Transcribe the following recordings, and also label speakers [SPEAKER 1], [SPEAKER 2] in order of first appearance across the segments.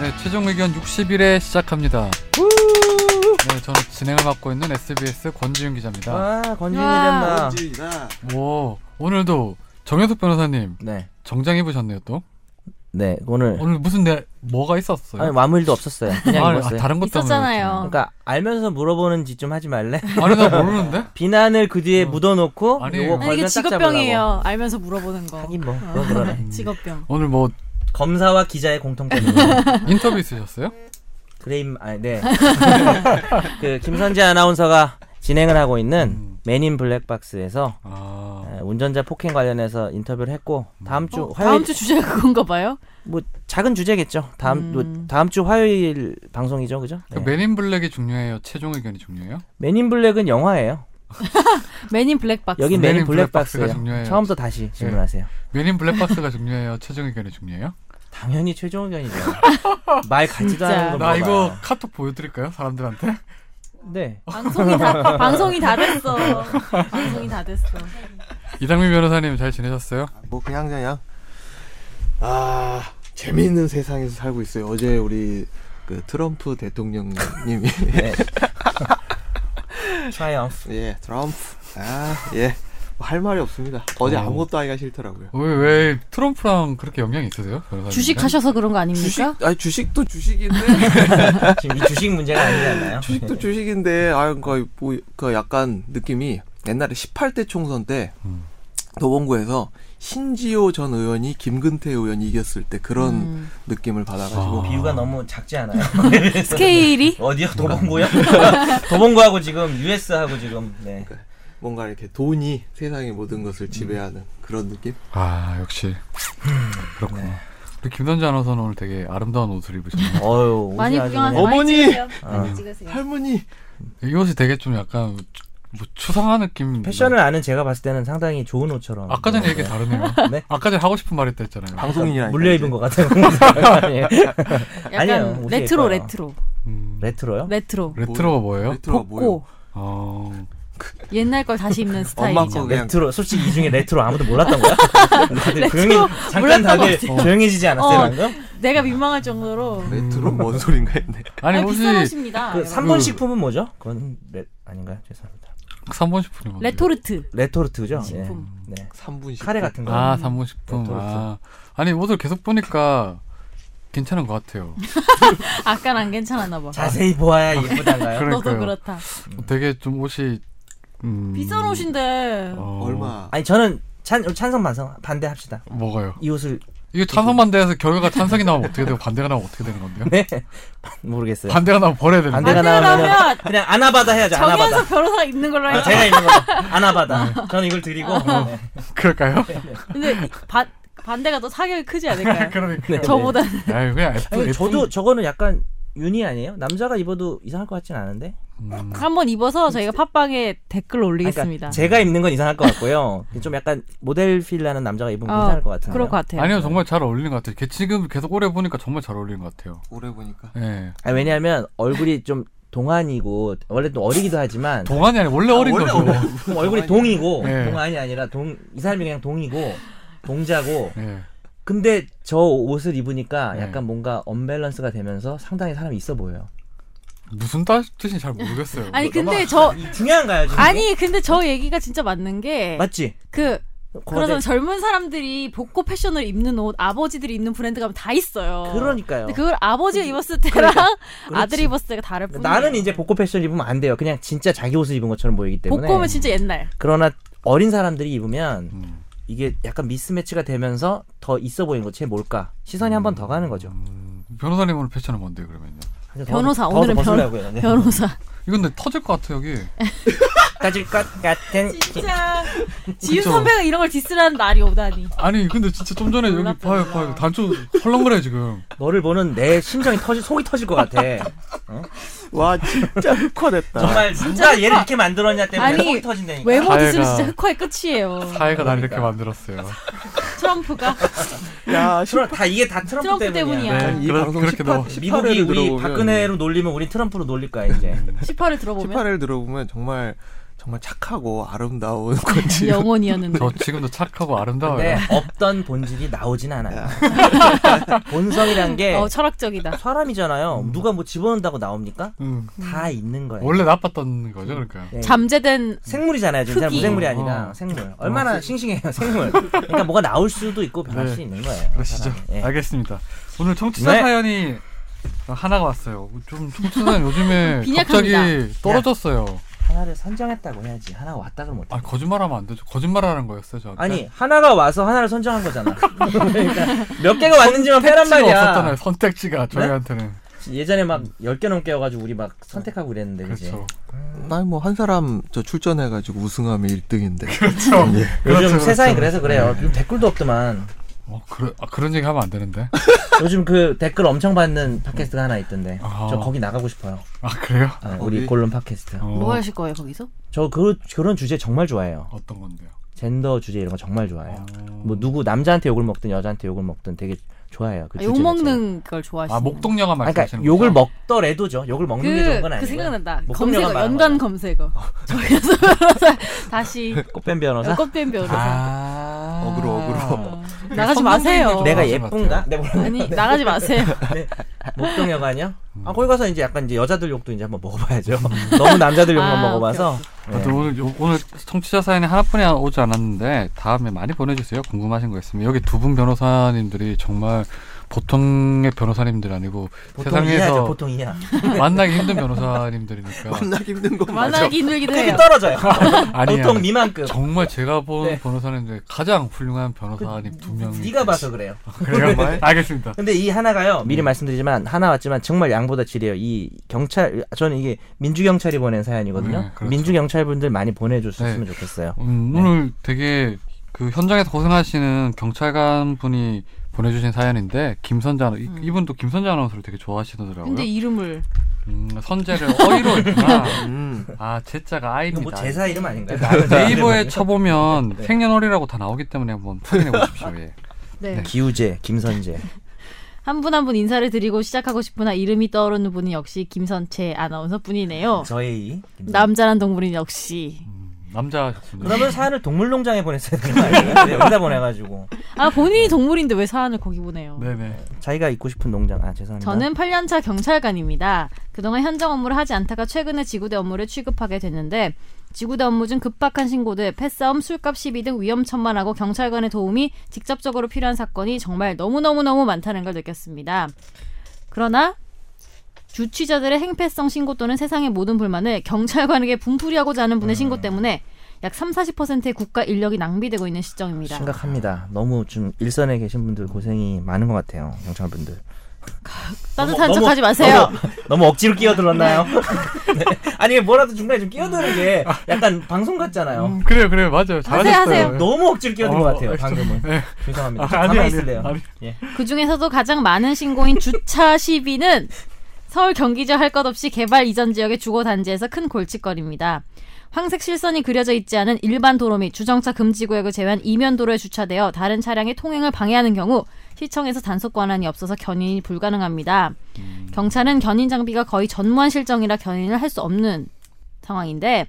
[SPEAKER 1] 네, 최종 의견 60일에 시작합니다. 네, 저는 진행을 맡고 있는 SBS 권지윤 기자입니다.
[SPEAKER 2] 아 권지윤이
[SPEAKER 3] 와.
[SPEAKER 2] 됐나?
[SPEAKER 4] 다
[SPEAKER 2] 아.
[SPEAKER 1] 오, 오늘도 정현석 변호사님
[SPEAKER 2] 네.
[SPEAKER 1] 정장 입으셨네요 또.
[SPEAKER 2] 네 오늘
[SPEAKER 1] 오늘 무슨 내 어, 뭐가 있었어요?
[SPEAKER 2] 아니 아무 일도 없었어요. 그냥
[SPEAKER 1] 아,
[SPEAKER 2] 입었어요.
[SPEAKER 1] 아, 다른 것도
[SPEAKER 3] 있었잖아요.
[SPEAKER 2] 그러니까 알면서 물어보는 짓 좀 하지 말래.
[SPEAKER 1] 아니 나 모르는데.
[SPEAKER 2] 비난을 그 뒤에
[SPEAKER 1] 어.
[SPEAKER 2] 묻어놓고
[SPEAKER 1] 아니,
[SPEAKER 2] 요거
[SPEAKER 1] 아니,
[SPEAKER 3] 아니
[SPEAKER 2] 걸면
[SPEAKER 3] 이게
[SPEAKER 2] 딱
[SPEAKER 3] 직업병이에요. 알면서 물어보는 거.
[SPEAKER 2] 잡으라고. 하긴 뭐
[SPEAKER 3] 어.
[SPEAKER 2] 그건 그러네. 음.
[SPEAKER 3] 직업병.
[SPEAKER 1] 오늘 뭐
[SPEAKER 2] 검사와 기자의 공통점이네.
[SPEAKER 1] 인터뷰 있으셨어요?
[SPEAKER 2] 그레임 아네. 그 김선재 아나운서가 진행을 하고 있는
[SPEAKER 1] 음.
[SPEAKER 2] 맨인 블랙박스에서
[SPEAKER 1] 아,
[SPEAKER 2] 어, 운전자 폭행 관련해서 인터뷰를 했고 다음 주
[SPEAKER 3] 어,
[SPEAKER 2] 화요일
[SPEAKER 3] 다음 주 주제가 그건가 봐요.
[SPEAKER 2] 뭐 작은 주제겠죠. 다음
[SPEAKER 3] 음.
[SPEAKER 2] 뭐, 다음 주 화요일 방송이죠, 그죠?
[SPEAKER 1] 그
[SPEAKER 2] 네.
[SPEAKER 1] 맨인 블랙이 중요해요. 최종 의견이 중요해요?
[SPEAKER 2] 맨인 블랙은 영화예요.
[SPEAKER 3] 맨인 블랙박스.
[SPEAKER 2] 여기
[SPEAKER 1] 맨인
[SPEAKER 2] 맨인
[SPEAKER 1] 블랙박스가
[SPEAKER 2] 블랙박스예요.
[SPEAKER 1] 중요해요.
[SPEAKER 2] 처음부터 다시 질문하세요.
[SPEAKER 1] 맨인 블랙박스가 중요해요. 최종 의견이 중요해요?
[SPEAKER 2] 당연히 최종 의견이죠. 말 같지도 않은
[SPEAKER 1] 나
[SPEAKER 2] 거나
[SPEAKER 1] 이거 카톡 보여드릴까요? 사람들한테?
[SPEAKER 2] 네.
[SPEAKER 3] 방송이 다 방송이 다 됐어. 방송이 다 됐어.
[SPEAKER 1] 이상민 변호사님 잘 지내셨어요?
[SPEAKER 4] 뭐 그냥 그냥 아 재미있는 세상에서 살고 있어요. 어제 우리 그 트럼프 대통령님이
[SPEAKER 2] 트라이언프.
[SPEAKER 4] 예 트럼프 아, 아예할 말이 없습니다. 어제
[SPEAKER 1] 어.
[SPEAKER 4] 아무것도 하기가 싫더라고요.
[SPEAKER 1] 왜, 왜 트럼프랑 그렇게 영향이 있으세요? 변호사님?
[SPEAKER 3] 주식 하셔서 그런 거 아닙니까?
[SPEAKER 4] 주식 아 주식도 주식인데
[SPEAKER 2] 지금 이 주식 문제가 아니지 않나요? 네.
[SPEAKER 4] 주식도 주식인데 아 그러니까 뭐, 그 약간 느낌이 옛날에 18대 총선 때
[SPEAKER 1] 음.
[SPEAKER 4] 도봉구에서 신지호 전 의원이 김근태 의원이 이겼을 때 그런
[SPEAKER 3] 음.
[SPEAKER 4] 느낌을
[SPEAKER 1] 아.
[SPEAKER 4] 받아가지고
[SPEAKER 2] 뭐 비유가 너무 작지 않아요.
[SPEAKER 3] 스케일이
[SPEAKER 2] 어디요? 도봉구요? 도봉구하고 지금 US하고 지금 네.
[SPEAKER 4] 뭔가 이렇게 돈이 세상의 모든 것을 지배하는 그런 느낌?
[SPEAKER 1] 아 역시 그렇구나.
[SPEAKER 2] 네.
[SPEAKER 1] 우리 김선재 아나운서는 오늘 되게 아름다운 옷을 입으셨네요.
[SPEAKER 2] 어유 옷이
[SPEAKER 3] 많이
[SPEAKER 2] 아주
[SPEAKER 3] 구경하세요.
[SPEAKER 2] 그냥-
[SPEAKER 4] 어머니!
[SPEAKER 2] 아.
[SPEAKER 3] 많이 찍으세요.
[SPEAKER 4] 할머니
[SPEAKER 1] 이 옷이 되게 좀 약간 뭐 추상한 느낌.
[SPEAKER 2] 패션을 아는 제가 봤을 때는 상당히 좋은 옷처럼.
[SPEAKER 1] 아까 전에 얘기
[SPEAKER 2] 네.
[SPEAKER 1] 다르네요.
[SPEAKER 2] 네?
[SPEAKER 1] 아까 전에 하고 싶은 말 했다 했잖아요.
[SPEAKER 4] 방송인이라니까
[SPEAKER 2] 물려 입은
[SPEAKER 4] 이제.
[SPEAKER 2] 것 같아요. 예.
[SPEAKER 3] 약간
[SPEAKER 2] 아니에요, 옷이
[SPEAKER 3] 레트로
[SPEAKER 2] 예뻐요.
[SPEAKER 3] 레트로
[SPEAKER 1] 음,
[SPEAKER 2] 레트로요?
[SPEAKER 3] 레트로.
[SPEAKER 1] 레트로가 어, 뭐예요?
[SPEAKER 4] 레트로가 뭐예요?
[SPEAKER 3] 벗고
[SPEAKER 1] 어,
[SPEAKER 3] 옛날 걸 다시 입는
[SPEAKER 4] 엄마
[SPEAKER 3] 스타일이죠.
[SPEAKER 4] 거 그냥
[SPEAKER 2] 레트로 솔직히 이 중에 레트로 아무도 몰랐던 거야? 다들 조용히 잠깐
[SPEAKER 3] 몰랐던
[SPEAKER 2] 다들
[SPEAKER 1] 것 같아.
[SPEAKER 2] 조용해지지 않았어요
[SPEAKER 3] 어.
[SPEAKER 2] 방금? 그
[SPEAKER 3] 내가 민망할 정도로
[SPEAKER 4] 레트로 뭔 소린가 했네.
[SPEAKER 1] 아니
[SPEAKER 3] 아니, 네.
[SPEAKER 1] 혹시
[SPEAKER 3] 비싼 옷입니다.
[SPEAKER 2] 그
[SPEAKER 3] 여러분.
[SPEAKER 2] 3번 식품은 뭐죠? 그건 레 아닌가요? 죄송합니다.
[SPEAKER 1] 3번 식품이 뭔데?
[SPEAKER 3] 레토르트
[SPEAKER 2] 레토르트죠.
[SPEAKER 3] 식품.
[SPEAKER 2] 예. 네.
[SPEAKER 4] 3분
[SPEAKER 2] 카레 같은 거.
[SPEAKER 1] 아, 3번 식품.
[SPEAKER 2] 레트로트.
[SPEAKER 1] 아. 아니 옷을 계속 보니까 괜찮은 것 같아요.
[SPEAKER 3] 아까 안 괜찮았나 봐.
[SPEAKER 2] 자세히 보아야 예쁘단가요?
[SPEAKER 1] 그래.
[SPEAKER 3] 너도
[SPEAKER 1] 그러니까요.
[SPEAKER 3] 그렇다.
[SPEAKER 2] 음.
[SPEAKER 1] 되게 좀 옷이 음,
[SPEAKER 3] 비싼 옷인데
[SPEAKER 1] 어,
[SPEAKER 4] 얼마
[SPEAKER 2] 아니 저는 찬 찬성 반성 반대합시다.
[SPEAKER 1] 뭐가요?
[SPEAKER 2] 이 옷을
[SPEAKER 1] 이거 찬성 반대해서 결과가 찬성이 나오면 어떻게 되고 반대가 나오면 어떻게 되는 건데요?
[SPEAKER 2] 네 모르겠어요.
[SPEAKER 1] 반대가 나오면 버려야 되는
[SPEAKER 2] 반대가
[SPEAKER 1] 거예요.
[SPEAKER 2] 나오면
[SPEAKER 3] 나오면
[SPEAKER 2] 그냥 아나바다 해야죠. 아나바다.
[SPEAKER 3] 정현석 변호사 입는 걸로
[SPEAKER 2] 아,
[SPEAKER 3] 해요.
[SPEAKER 2] 제가 입는 거 아나바다. 저는 이걸 드리고
[SPEAKER 3] 어.
[SPEAKER 2] 네.
[SPEAKER 1] 그럴까요?
[SPEAKER 3] 근데 바, 반대가 더 사격이 크지 않을까요?
[SPEAKER 1] 그러니까.
[SPEAKER 2] 네.
[SPEAKER 3] 저보다
[SPEAKER 1] 아유 그냥 예쁜-
[SPEAKER 2] 아니,
[SPEAKER 1] 예쁜-
[SPEAKER 2] 저도 저거는 약간 윤이 아니에요? 남자가 입어도 이상할 것 같진 않은데.
[SPEAKER 1] 음,
[SPEAKER 3] 한번 입어서
[SPEAKER 2] 네.
[SPEAKER 3] 저희가 팟빵에 댓글
[SPEAKER 2] 아니, 그러니까
[SPEAKER 3] 올리겠습니다.
[SPEAKER 2] 제가 입는 건 이상할 것 같고요. 좀 약간 모델 필 나는 남자가 입으면
[SPEAKER 3] 어,
[SPEAKER 2] 그러니까 이상할 것 같은데.
[SPEAKER 3] 그럴 것 같아요.
[SPEAKER 1] 아니요 정말 잘 어울리는 것 같아요. 걔 지금 계속 오래 보니까 정말 잘 어울리는 것 같아요.
[SPEAKER 4] 오래 보니까
[SPEAKER 1] 예.
[SPEAKER 2] 아, 왜냐하면 얼굴이 좀 동안이고 원래 또 어리기도 하지만
[SPEAKER 1] 동안이 아니라 원래 어린
[SPEAKER 4] 원래
[SPEAKER 1] 거죠.
[SPEAKER 4] 어려-
[SPEAKER 2] 좀 얼굴이 동이고
[SPEAKER 1] 네.
[SPEAKER 2] 동안이 아니라 동 이 사람이 그냥 동이고 동자고
[SPEAKER 1] 예.
[SPEAKER 2] 근데 저 옷을 입으니까
[SPEAKER 1] 네.
[SPEAKER 2] 약간 뭔가 언밸런스가 되면서 상당히 사람이 있어 보여요.
[SPEAKER 1] 무슨 뜻인지 잘 모르겠어요.
[SPEAKER 2] 뭐
[SPEAKER 3] 아니 근데 저
[SPEAKER 2] 중요한가요 지금?
[SPEAKER 3] 아니 근데 저 얘기가 진짜 맞는 게
[SPEAKER 2] 맞지?
[SPEAKER 3] 그 그래서
[SPEAKER 2] 거대-
[SPEAKER 3] 젊은 사람들이 복고 패션을 입는 옷 아버지들이 입는 브랜드 가면 다 있어요.
[SPEAKER 2] 네, 그러니까요. 그러니까.
[SPEAKER 3] 근데 그걸 아버지가 입었을 때랑
[SPEAKER 2] 그렇지.
[SPEAKER 3] 아들이 입었을 때가 다를 뿐이에요.
[SPEAKER 2] 나는 이제 복고 패션 입으면 안 돼요. 그냥 진짜 자기 옷을 입은 것처럼 보이기 때문에.
[SPEAKER 3] 복고면 진짜 옛날.
[SPEAKER 2] 그러나 어린 사람들이 입으면
[SPEAKER 1] 음.
[SPEAKER 2] 이게 약간 미스매치가 되면서 더 있어 보이는 거지 뭘까? 시선이 한 번 더 가는 거죠.
[SPEAKER 1] 변호사님 오늘 패션은 뭔데요 그러면요?
[SPEAKER 3] 변호사, 오늘은 변- 변호사.
[SPEAKER 1] 이건 근데 터질 것 같아요 여기.
[SPEAKER 2] 따질 것 같은
[SPEAKER 3] 진짜 지윤
[SPEAKER 1] 그쵸.
[SPEAKER 3] 선배가 이런 걸 디스라는 날이 오다니.
[SPEAKER 1] 아니 근데 진짜 좀 전에 여기
[SPEAKER 3] 몰라,
[SPEAKER 1] 봐요
[SPEAKER 3] 몰라.
[SPEAKER 1] 봐요 단추 헐렁거려 지금.
[SPEAKER 2] 너를 보는 내 심장이 터질 속이 터질 것 같아.
[SPEAKER 4] 와 진짜 흑화됐다.
[SPEAKER 2] 정말 진짜 얘를 이렇게 만들었냐 때문에
[SPEAKER 3] 아니,
[SPEAKER 2] 속이 터진다니까.
[SPEAKER 3] 외모 디스는
[SPEAKER 1] 사회가-
[SPEAKER 3] 진짜 흑화의 끝이에요.
[SPEAKER 1] 사회가 날 이렇게
[SPEAKER 2] 그러니까.
[SPEAKER 1] 만들었어요.
[SPEAKER 3] 트럼프가
[SPEAKER 4] 야
[SPEAKER 2] 트럼- 다 이게 다 트럼프,
[SPEAKER 3] 트럼프 때문이야.
[SPEAKER 1] 네,
[SPEAKER 4] 이
[SPEAKER 1] 그러-
[SPEAKER 4] 방송
[SPEAKER 1] 그렇게
[SPEAKER 4] 18,
[SPEAKER 1] 넘어.
[SPEAKER 2] 미국이
[SPEAKER 4] 18회를
[SPEAKER 2] 우리
[SPEAKER 4] 들어보면-
[SPEAKER 2] 음. 박근혜로 놀리면 우리 트럼프로 놀릴 거야 이제.
[SPEAKER 3] 18을 들어보면
[SPEAKER 4] 18을 들어보면 정말 정말 착하고 아름다운 건지
[SPEAKER 3] 영혼이었는데.
[SPEAKER 1] 저 지금도 착하고 아름다워요.
[SPEAKER 2] 근데 없던 본질이 나오진 않아요. 본성이란 게
[SPEAKER 3] 어, 철학적이다.
[SPEAKER 2] 사람이잖아요. 누가 뭐 집어넣는다고 나옵니까?
[SPEAKER 1] 음.
[SPEAKER 2] 다 있는 거예요.
[SPEAKER 1] 원래 나빴던 거죠, 그러니까.
[SPEAKER 2] 네.
[SPEAKER 3] 잠재된
[SPEAKER 2] 생물이잖아요. 지금 사람
[SPEAKER 3] 흙이.
[SPEAKER 2] 무생물이 아니라
[SPEAKER 1] 어.
[SPEAKER 2] 생물. 얼마나 싱싱해요, 생물. 그러니까 뭐가 나올 수도 있고 변할
[SPEAKER 1] 네.
[SPEAKER 2] 수 있는 거예요.
[SPEAKER 1] 그러시죠.
[SPEAKER 2] 사람이. 예.
[SPEAKER 1] 알겠습니다. 오늘 청취자
[SPEAKER 2] 네. 사연이
[SPEAKER 1] 사연이 하나가 왔어요. 좀 청취자 요즘에 갑자기
[SPEAKER 3] 빈약합니다.
[SPEAKER 1] 떨어졌어요.
[SPEAKER 2] 하나를 선정했다고 해야지. 하나 왔다 그러면
[SPEAKER 1] 아
[SPEAKER 2] 어떡해.
[SPEAKER 1] 거짓말하면 안 되죠. 거짓말하는 거였어요, 저한테.
[SPEAKER 2] 아니, 하나가 와서 하나를 선정한 거잖아. 그러니까 몇 개가 왔는지만 패란
[SPEAKER 1] 선택지가
[SPEAKER 2] 말이야. 네?
[SPEAKER 1] 없었잖아요. 선택지가 저희한테는
[SPEAKER 2] 예전에 막 10개 넘게 와가지고 우리 막 선택하고 그랬는데, 그치?
[SPEAKER 1] 그렇죠.
[SPEAKER 4] 아니 뭐 한 사람 저 출전해가지고 우승하면 1등인데
[SPEAKER 1] 그렇죠.
[SPEAKER 2] 예. 요즘
[SPEAKER 1] 그렇죠,
[SPEAKER 2] 세상이
[SPEAKER 1] 그렇죠.
[SPEAKER 2] 그래서 그래요. 요즘 댓글도 없더만.
[SPEAKER 1] 어, 그래, 아, 그런 얘기 하면 안 되는데.
[SPEAKER 2] 요즘 그 댓글 엄청 받는 팟캐스트가 하나 있던데.
[SPEAKER 1] 아.
[SPEAKER 2] 저 거기 나가고 싶어요.
[SPEAKER 1] 아 그래요?
[SPEAKER 2] 아, 우리
[SPEAKER 4] 어디?
[SPEAKER 2] 골룸 팟캐스트.
[SPEAKER 1] 어,
[SPEAKER 3] 뭐 하실 거예요 거기서?
[SPEAKER 2] 저 그, 그런 주제 정말 좋아해요.
[SPEAKER 1] 어떤 건데요?
[SPEAKER 2] 젠더 주제 이런 거 정말 좋아해요.
[SPEAKER 1] 어.
[SPEAKER 2] 뭐 누구 남자한테 욕을 먹든 여자한테 욕을 먹든 되게 좋아해요. 그
[SPEAKER 3] 아,
[SPEAKER 2] 주제
[SPEAKER 3] 욕
[SPEAKER 2] 자체를.
[SPEAKER 3] 먹는 걸 좋아하시는.
[SPEAKER 1] 아 목동영화
[SPEAKER 2] 아니, 그러니까
[SPEAKER 1] 말씀하시는
[SPEAKER 2] 욕을
[SPEAKER 1] 거죠?
[SPEAKER 2] 먹더라도죠. 욕을 먹는 게 좋은 건
[SPEAKER 3] 그,
[SPEAKER 2] 아니에요. 뭐
[SPEAKER 3] 그 생각난다.
[SPEAKER 2] 목동역은
[SPEAKER 3] 검색어
[SPEAKER 2] 말하는
[SPEAKER 3] 연관
[SPEAKER 2] 거야.
[SPEAKER 3] 검색어. 저기서 변호사 다시
[SPEAKER 2] 꽃뱀 변호사.
[SPEAKER 3] 꽃뱀 변호사.
[SPEAKER 1] 아
[SPEAKER 4] 어그로, 어그로.
[SPEAKER 3] 어. 나가지 마세요.
[SPEAKER 1] 내가
[SPEAKER 2] 내가
[SPEAKER 1] 하신 것 같아요.
[SPEAKER 2] 예쁜가? 네, 모르겠네.
[SPEAKER 3] 아니 나가지 마세요.
[SPEAKER 2] 네. 목동 여관이요? 아 거기 가서 이제 약간 이제 여자들 욕도 이제 한번 먹어봐야죠.
[SPEAKER 1] 음.
[SPEAKER 2] 너무 남자들 욕만
[SPEAKER 3] 아,
[SPEAKER 2] 먹어봐서. 네.
[SPEAKER 1] 아무튼 오늘 요- 오늘 청취자 사연이 하나뿐이 오지 않았는데 다음에 많이 보내주세요. 궁금하신 거 있으면 여기 두 분 변호사님들이 정말 보통의 변호사님들 아니고
[SPEAKER 2] 보통 이해하죠.
[SPEAKER 1] 세상에서
[SPEAKER 2] 보통
[SPEAKER 3] 네.
[SPEAKER 2] 이해.
[SPEAKER 1] 만나기 힘든 변호사님들이니까
[SPEAKER 4] 만나기 힘든 거 맞아
[SPEAKER 3] 만나기 힘들기도
[SPEAKER 2] 크게
[SPEAKER 3] 해요.
[SPEAKER 2] 떨어져요.
[SPEAKER 1] 아니야.
[SPEAKER 2] 보통 니만큼.
[SPEAKER 1] 정말 제가 본
[SPEAKER 2] 네. 그
[SPEAKER 1] 변호사님들 가장 훌륭한 변호사님 두 명이
[SPEAKER 2] 네가 봐서 네. 그래요.
[SPEAKER 1] 그래요? 알겠습니다.
[SPEAKER 2] 근데 이 하나가요. 미리 말씀드리지만 하나 왔지만 정말 양보다 질이에요. 이 경찰 저는 이게 민주 경찰이 보낸 사연이거든요.
[SPEAKER 1] 네, 그렇죠.
[SPEAKER 2] 민주 경찰 분들 많이 보내줬으면
[SPEAKER 1] 네.
[SPEAKER 2] 좋겠어요.
[SPEAKER 1] 음, 오늘 되게 그 현장에서 고생하시는 경찰관 분이 보내주신 사연인데 김선재 아나- 이-
[SPEAKER 2] 음.
[SPEAKER 1] 이분도 김선재 아나운서를 되게 좋아하시더라고요.
[SPEAKER 2] 어?
[SPEAKER 3] 근데 이름을
[SPEAKER 1] 음, 선재를 어이로 했구나.
[SPEAKER 4] 음.
[SPEAKER 1] 아, 제자가 아입니다.
[SPEAKER 2] 뭐 제사 이름 뭐- 아닌가요?
[SPEAKER 1] 네이버에 쳐보면
[SPEAKER 2] 네.
[SPEAKER 1] 생년월일이라고 다 나오기 때문에 한번 확인해 보십시오. 예.
[SPEAKER 3] 네.
[SPEAKER 2] 기우제, 김선재.
[SPEAKER 3] 한 분 한 분 인사를 드리고 시작하고 싶으나 이름이 떠오르는 분은 역시 김선채 아나운서
[SPEAKER 2] 어.
[SPEAKER 3] 분이네요.
[SPEAKER 2] 저희. 김선재.
[SPEAKER 3] 남자란 동물은 역시
[SPEAKER 1] 남자셨습니다.
[SPEAKER 2] 그러면 사연을 동물농장에 보냈어야 되는 거 아니에요? 네, 여기다 보내가지고
[SPEAKER 3] 아 본인이 동물인데 왜 사안을 거기 보내요?
[SPEAKER 1] 네네.
[SPEAKER 2] 자기가 있고 싶은 농장. 아 죄송합니다.
[SPEAKER 3] 저는 8년차 경찰관입니다. 그동안 현장 업무를 하지 않다가 최근에 지구대 업무를 취급하게 됐는데 지구대 업무 중 급박한 신고들, 패싸움, 술값 시비 등 위험천만하고 경찰관의 도움이 직접적으로 필요한 사건이 정말 너무너무너무 많다는 걸 느꼈습니다. 그러나 주취자들의 행패성 신고 또는 세상의 모든 불만을 경찰관에게 분풀이하고자 하는 분의 신고 때문에 약 3, 40%의 국가 인력이 낭비되고 있는 시점입니다.
[SPEAKER 2] 심각합니다. 너무 좀 일선에 계신 분들 고생이 많은 것 같아요. 경찰분들.
[SPEAKER 3] 따뜻한
[SPEAKER 2] 너무-
[SPEAKER 3] 척하지 마세요.
[SPEAKER 2] 너무, 너무 억지로 끼어들었나요? 네. 아니 뭐라도 중간에 좀 끼어드는 게 약간 방송 같잖아요.
[SPEAKER 1] 음, 그래요, 그래요. 맞아요. 잘하셨어요.
[SPEAKER 3] 하세요.
[SPEAKER 2] 너무 억지로 끼어든
[SPEAKER 1] 어,
[SPEAKER 2] 것 같아요.
[SPEAKER 1] 어,
[SPEAKER 2] 방금은.
[SPEAKER 1] 네.
[SPEAKER 2] 죄송합니다.
[SPEAKER 1] 아,
[SPEAKER 2] 좀
[SPEAKER 1] 아니,
[SPEAKER 2] 가만히
[SPEAKER 1] 아니,
[SPEAKER 2] 있을래요.
[SPEAKER 1] 아니.
[SPEAKER 2] 예.
[SPEAKER 3] 그 중에서도 가장 많은 신고인 주차 시비는 서울 경기지역 할 것 없이 개발 이전 지역의 주거 단지에서 큰 골칫거리입니다. 황색 실선이 그려져 있지 않은 일반 도로 및 주정차 금지 구역을 제외한 이면 도로에 주차되어 다른 차량의 통행을 방해하는 경우 시청에서 단속 권한이 없어서 견인이 불가능합니다. 경찰은 견인 장비가 거의 전무한 실정이라 견인을 할 수 없는 상황인데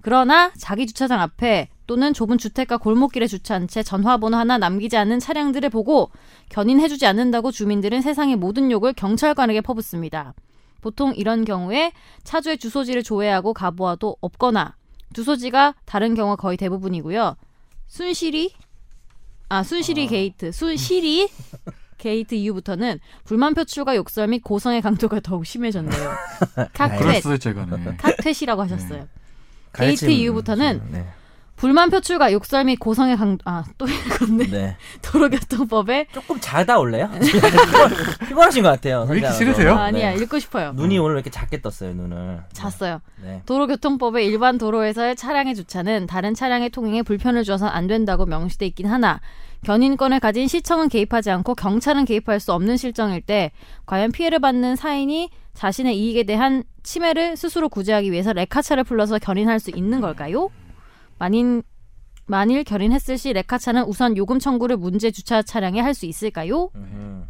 [SPEAKER 3] 그러나 자기 주차장 앞에 또는 좁은 주택가 골목길에 주차한 채 전화번호 하나 남기지 않은 차량들을 보고 견인해주지 않는다고 주민들은 세상의 모든 욕을 경찰관에게 퍼붓습니다. 보통 이런 경우에 차주의 주소지를 조회하고 가보아도 없거나 주소지가 다른 경우가 거의 대부분이고요. 순실이 아 순실이 게이트 순실이 게이트 이후부터는 불만 표출과 욕설 및 고성의 강도가 더욱 심해졌네요. 칵텟
[SPEAKER 1] 아, 그랬어요, 제가는.
[SPEAKER 3] 칵텟이라고 하셨어요.
[SPEAKER 2] 가르침
[SPEAKER 3] 데이트 이후부터는
[SPEAKER 2] 좀, 네. 불만
[SPEAKER 3] 불만 표출과 욕설 및 고성의 강도 아또 읽었네
[SPEAKER 2] 네.
[SPEAKER 3] 도로교통법에
[SPEAKER 2] 조금 자다 올래요? 피곤- 피곤하신 것 같아요.
[SPEAKER 1] 왜 이렇게
[SPEAKER 2] 선생님.
[SPEAKER 1] 싫으세요?
[SPEAKER 3] 아니야
[SPEAKER 2] 네.
[SPEAKER 3] 읽고 싶어요.
[SPEAKER 2] 눈이 오늘 왜 이렇게 작게 떴어요, 눈을.
[SPEAKER 3] 잤어요.
[SPEAKER 2] 네.
[SPEAKER 3] 도로교통법의 일반 도로에서의 차량의 주차는 다른 차량의 통행에 불편을 주어서 안 된다고 명시돼 있긴 하나 견인권을 가진 시청은 개입하지 않고 경찰은 개입할 수 없는 실정일 때 과연 피해를 받는 사인이 자신의 이익에 대한 침해를 스스로 구제하기 위해서 레카차를 불러서 견인할 수 있는 걸까요? 만인 만일 견인했을 시 레카차는 우선 요금 청구를 문제 주차 차량에 할 수 있을까요?
[SPEAKER 2] 음.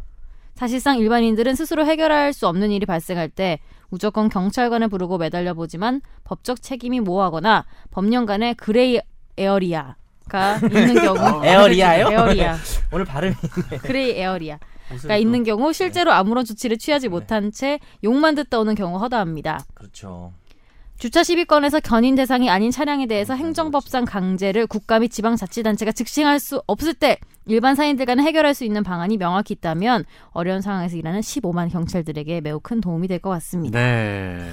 [SPEAKER 3] 사실상 일반인들은 스스로 해결할 수 없는 일이 발생할 때 무조건 경찰관을 부르고 매달려 보지만 법적 책임이 모호하거나 법령간의 그레이 에어리아가 있는 경우
[SPEAKER 2] 에어리아요?
[SPEAKER 3] 에어리아
[SPEAKER 2] 오늘 발음이
[SPEAKER 3] 그러니까 그레이 에어리아
[SPEAKER 2] 무슨
[SPEAKER 3] 가
[SPEAKER 2] 또-
[SPEAKER 3] 있는 경우 실제로 아무런 조치를 취하지
[SPEAKER 2] 네.
[SPEAKER 3] 못한 채 욕만 듣다 오는 경우 허다합니다.
[SPEAKER 2] 그렇죠.
[SPEAKER 3] 주차 시비권에서 견인 대상이 아닌 차량에 대해서 행정법상 강제를 국가 및 지방자치단체가 즉시할 수 없을 때 일반 사인들 간에 해결할 수 있는 방안이 명확히 있다면 어려운 상황에서 일하는 15만 경찰들에게 매우 큰 도움이 될 것 같습니다.
[SPEAKER 1] 네.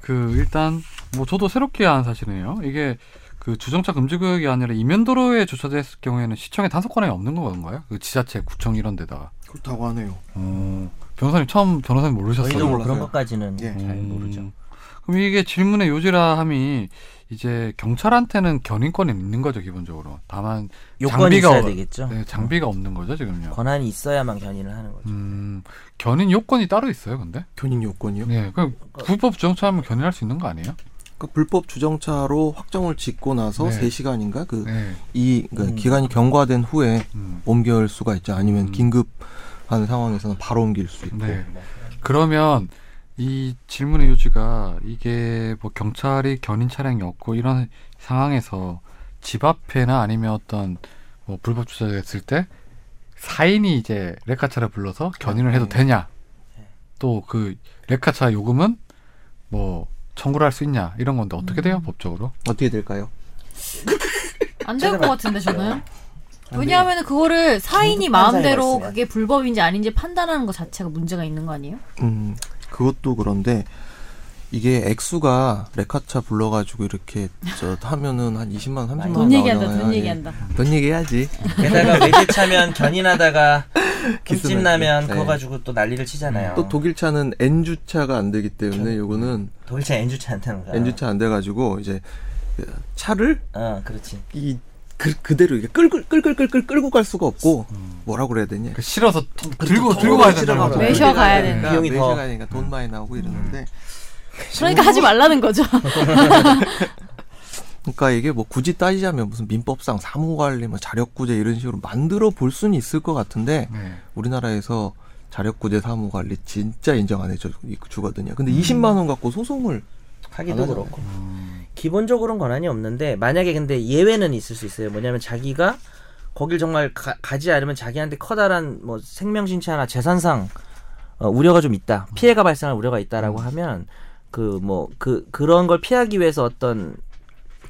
[SPEAKER 1] 그 일단 뭐 저도 새롭게 한 사실이에요. 이게 그 주정차 금지 구역이 아니라 이면도로에 주차됐을 경우에는 시청의 단속권이 없는 건가요? 그 지자체, 구청 이런 데다가.
[SPEAKER 4] 그렇다고 하네요.
[SPEAKER 1] 어, 변호사님 처음 변호사님 모르셨어요?
[SPEAKER 2] 저희도 뭐 그런
[SPEAKER 4] 몰랐어요.
[SPEAKER 2] 것까지는
[SPEAKER 4] 예.
[SPEAKER 2] 잘 모르죠.
[SPEAKER 1] 음. 그럼 이게 질문의 요지라 함이 이제 경찰한테는 견인권이 있는 거죠 기본적으로. 다만
[SPEAKER 2] 요건이
[SPEAKER 1] 장비가
[SPEAKER 2] 있어야
[SPEAKER 1] 어-
[SPEAKER 2] 되겠죠.
[SPEAKER 1] 네, 장비가 없는 거죠 지금요.
[SPEAKER 2] 권한이 있어야만 견인을 하는 거죠.
[SPEAKER 1] 음, 견인 요건이 따로 있어요, 근데?
[SPEAKER 4] 견인 요건이요.
[SPEAKER 1] 네, 그 불법 주정차하면 견인할 수 있는 거 아니에요?
[SPEAKER 4] 그러니까 불법 주정차로 확정을 짓고 나서
[SPEAKER 1] 네.
[SPEAKER 4] 3시간인가 그 이
[SPEAKER 1] 네.
[SPEAKER 4] 그러니까
[SPEAKER 2] 음.
[SPEAKER 4] 기간이 경과된 후에
[SPEAKER 1] 음.
[SPEAKER 4] 옮길 수가 있죠. 아니면
[SPEAKER 1] 음.
[SPEAKER 4] 긴급한 상황에서는 바로 옮길 수 있고.
[SPEAKER 1] 네. 그러면 이 질문의 요지가 이게 뭐 경찰이 견인 차량이 없고 이런 상황에서 집 앞에나 아니면 어떤 뭐 불법 주차됐을 때 사인이 이제 레카차를 불러서 견인을 해도
[SPEAKER 4] 네.
[SPEAKER 1] 되냐? 또 그 레카차 요금은 뭐 청구를 할 수 있냐 이런 건데 어떻게 돼요 법적으로?
[SPEAKER 4] 어떻게 될까요?
[SPEAKER 3] 안 될 것 같은데 저는.
[SPEAKER 4] 안
[SPEAKER 3] 왜냐하면 그거를 사인이
[SPEAKER 2] 중독한 사이가
[SPEAKER 3] 마음대로
[SPEAKER 2] 있으면.
[SPEAKER 3] 그게 불법인지 아닌지 판단하는 것 자체가 문제가 있는 거 아니에요?
[SPEAKER 4] 음, 그것도 그런데 이게 액수가 레카차 불러가지고 이렇게 저 하면은 한 20만 30만 원
[SPEAKER 3] 돈 얘기한다,
[SPEAKER 4] 나오잖아요.
[SPEAKER 3] 돈
[SPEAKER 4] 예.
[SPEAKER 3] 얘기한다.
[SPEAKER 4] 돈 얘기해야지.
[SPEAKER 2] 게다가 외제차면 견인하다가
[SPEAKER 4] 기스면
[SPEAKER 2] 김집 나면
[SPEAKER 4] 네.
[SPEAKER 2] 그거 가지고 또 난리를
[SPEAKER 3] 어.
[SPEAKER 2] 치잖아요.
[SPEAKER 4] 또 독일 차는 N 주차가 안 되기
[SPEAKER 1] 네.
[SPEAKER 4] 때문에 요거는
[SPEAKER 2] 독일차 N주차 안 타는 거야.
[SPEAKER 4] N 주차 안 돼가지고 이제 그 차를
[SPEAKER 2] 어, 그렇지.
[SPEAKER 4] 이 그, 그대로 이게 끌고 끌끌끌끌 끌고 갈 수가 없고 뭐라 그래야 되냐.
[SPEAKER 1] 그 실어서 통- 들고 들고 가야 된다는 거죠.
[SPEAKER 3] 매셔 가야 된다.
[SPEAKER 4] 비용이
[SPEAKER 2] 비용이 더.
[SPEAKER 4] 매셔 가니까 돈 많이 나오고 이러는데.
[SPEAKER 1] 음.
[SPEAKER 3] 그러니까 하지 말라는 거죠.
[SPEAKER 4] 그러니까 이게 뭐 굳이 따지자면 무슨 민법상 사무관리, 뭐 자력구제 이런 식으로 만들어 볼 수는 있을 것 같은데
[SPEAKER 1] 네.
[SPEAKER 4] 우리나라에서 자력구제 사무관리 진짜 인정 안 해주거든요.
[SPEAKER 1] 음.
[SPEAKER 4] 근데 20만 원 갖고 소송을
[SPEAKER 2] 하기도
[SPEAKER 4] 안 하잖아요. 음.
[SPEAKER 2] 그렇고. 기본적으로는 권한이 없는데 만약에 근데 예외는 있을 수 있어요. 뭐냐면 자기가 거길 정말 가, 지 않으면 자기한테 커다란 뭐 생명신체나 재산상 어, 우려가 좀 있다. 피해가 발생할 우려가 있다라고
[SPEAKER 4] 음.
[SPEAKER 2] 하면 그 뭐 그 그런 걸 피하기 위해서 어떤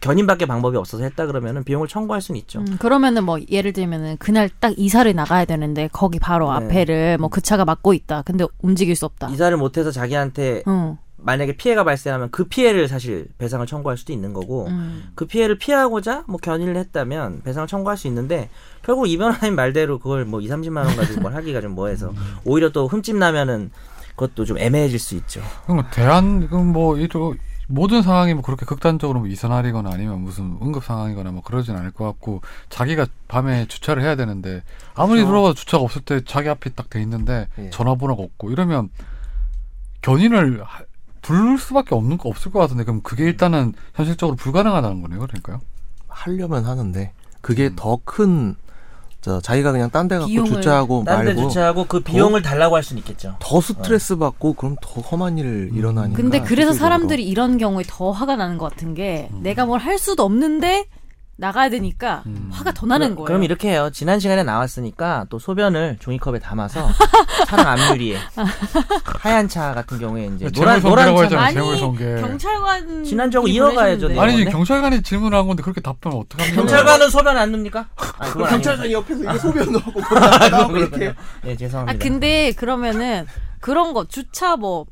[SPEAKER 2] 견인밖에 방법이 없어서 했다 그러면은 비용을 청구할 수는 있죠.
[SPEAKER 3] 음, 그러면은 뭐 예를 들면은 그날 딱 이사를 나가야 되는데 거기 바로
[SPEAKER 2] 네.
[SPEAKER 3] 앞에를 뭐 그 차가 막고 있다. 근데 움직일 수 없다. 어,
[SPEAKER 2] 이사를 못해서 자기한테
[SPEAKER 3] 응.
[SPEAKER 2] 만약에 피해가 발생하면 그 피해를 사실 배상을 청구할 수도 있는 거고
[SPEAKER 3] 음.
[SPEAKER 2] 그 피해를 피하고자 뭐 견인을 했다면 배상을 청구할 수 있는데 결국 이 변호사님 말대로 그걸 뭐 2, 30만 원 가지고 뭘 하기가 좀 뭐해서 오히려 또 흠집 나면은 그것도 좀 애매해질 수 있죠.
[SPEAKER 1] 그럼 대한 그뭐 이도 모든 상황이 뭐 그렇게 극단적으로 뭐 이사날이거나 아니면 무슨 응급 상황이거나 뭐 그러진 않을 것 같고 자기가 밤에 주차를 해야 되는데 아무리
[SPEAKER 2] 그렇죠.
[SPEAKER 1] 돌아봐도 주차가 없을 때 자기 앞에 딱 돼 있는데
[SPEAKER 4] 예.
[SPEAKER 1] 전화번호가 없고 이러면 견인을 하- 부를 수밖에 없는 거 없을 것 같은데 그럼 그게 일단은 현실적으로 불가능하다는 거네요 그러니까요.
[SPEAKER 4] 하려면 하는데 그게
[SPEAKER 1] 음.
[SPEAKER 4] 더 큰 자기가 그냥 딴 데 갖고
[SPEAKER 3] 비용을
[SPEAKER 4] 주차하고
[SPEAKER 2] 딴 데
[SPEAKER 4] 말고
[SPEAKER 2] 주차하고 그 비용을 달라고 할 수는 있겠죠.
[SPEAKER 4] 더 스트레스 받고 그럼 더 험한 일 일어나니까.
[SPEAKER 2] 아,
[SPEAKER 3] 근데 그래서
[SPEAKER 4] 실질적으로.
[SPEAKER 3] 사람들이 이런 경우에 더 화가 나는 것 같은 게
[SPEAKER 2] 음.
[SPEAKER 3] 내가 뭘 할 수도 없는데 나가야 되니까
[SPEAKER 2] 음.
[SPEAKER 3] 화가 더 나는 거예요.
[SPEAKER 2] 그럼 이렇게 해요. 지난 시간에 나왔으니까 또 소변을 종이컵에 담아서 차랑 앞유리에 하얀 차 같은 경우에 이제 노란 노란
[SPEAKER 1] 어, 네, 재물선이라고
[SPEAKER 2] 차
[SPEAKER 1] 했잖아요.
[SPEAKER 3] 아니
[SPEAKER 1] 재물 성게.
[SPEAKER 2] 예.
[SPEAKER 3] 경찰관
[SPEAKER 2] 지난주하고
[SPEAKER 3] 분이
[SPEAKER 2] 이어가야죠.
[SPEAKER 3] 보내셨는데.
[SPEAKER 1] 아니
[SPEAKER 2] 네.
[SPEAKER 1] 경찰관이 질문을 한 건데 그렇게 답변을 어떻게 합니까?
[SPEAKER 2] 경찰관은 소변 안 눕니까? 아, 그건 아니에요.
[SPEAKER 4] 경찰관이 그러니까 옆에서 이게 소변 넣고 나오고 이렇게
[SPEAKER 2] 아, 네,
[SPEAKER 3] 아
[SPEAKER 2] 죄송합니다.
[SPEAKER 3] 근데 그러면은 그런 거 주차 뭐 뭐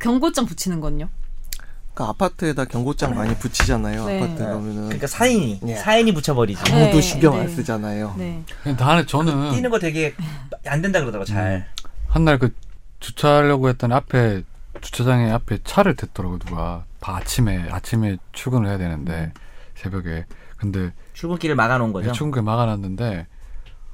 [SPEAKER 3] 경고장 붙이는 건요?
[SPEAKER 4] 그러니까 아파트에다 경고장 많이 붙이잖아요.
[SPEAKER 3] 네.
[SPEAKER 4] 아파트 가면은
[SPEAKER 2] 그러니까 사인이
[SPEAKER 4] 예.
[SPEAKER 2] 사인이 붙여버리지.
[SPEAKER 3] 네,
[SPEAKER 4] 아무도 신경 안
[SPEAKER 3] 네.
[SPEAKER 4] 쓰잖아요.
[SPEAKER 3] 네.
[SPEAKER 1] 나는 저는
[SPEAKER 2] 뛰는 거 되게 안 된다 그러더라고 잘.
[SPEAKER 4] 음.
[SPEAKER 1] 한 날 그 주차하려고 했던 앞에 주차장에 앞에 차를 댔더라고 누가 바- 아침에 아침에 출근을 해야 되는데 새벽에 근데
[SPEAKER 2] 출근길을 막아놓은 거죠.
[SPEAKER 4] 네,
[SPEAKER 1] 출근길 막아놨는데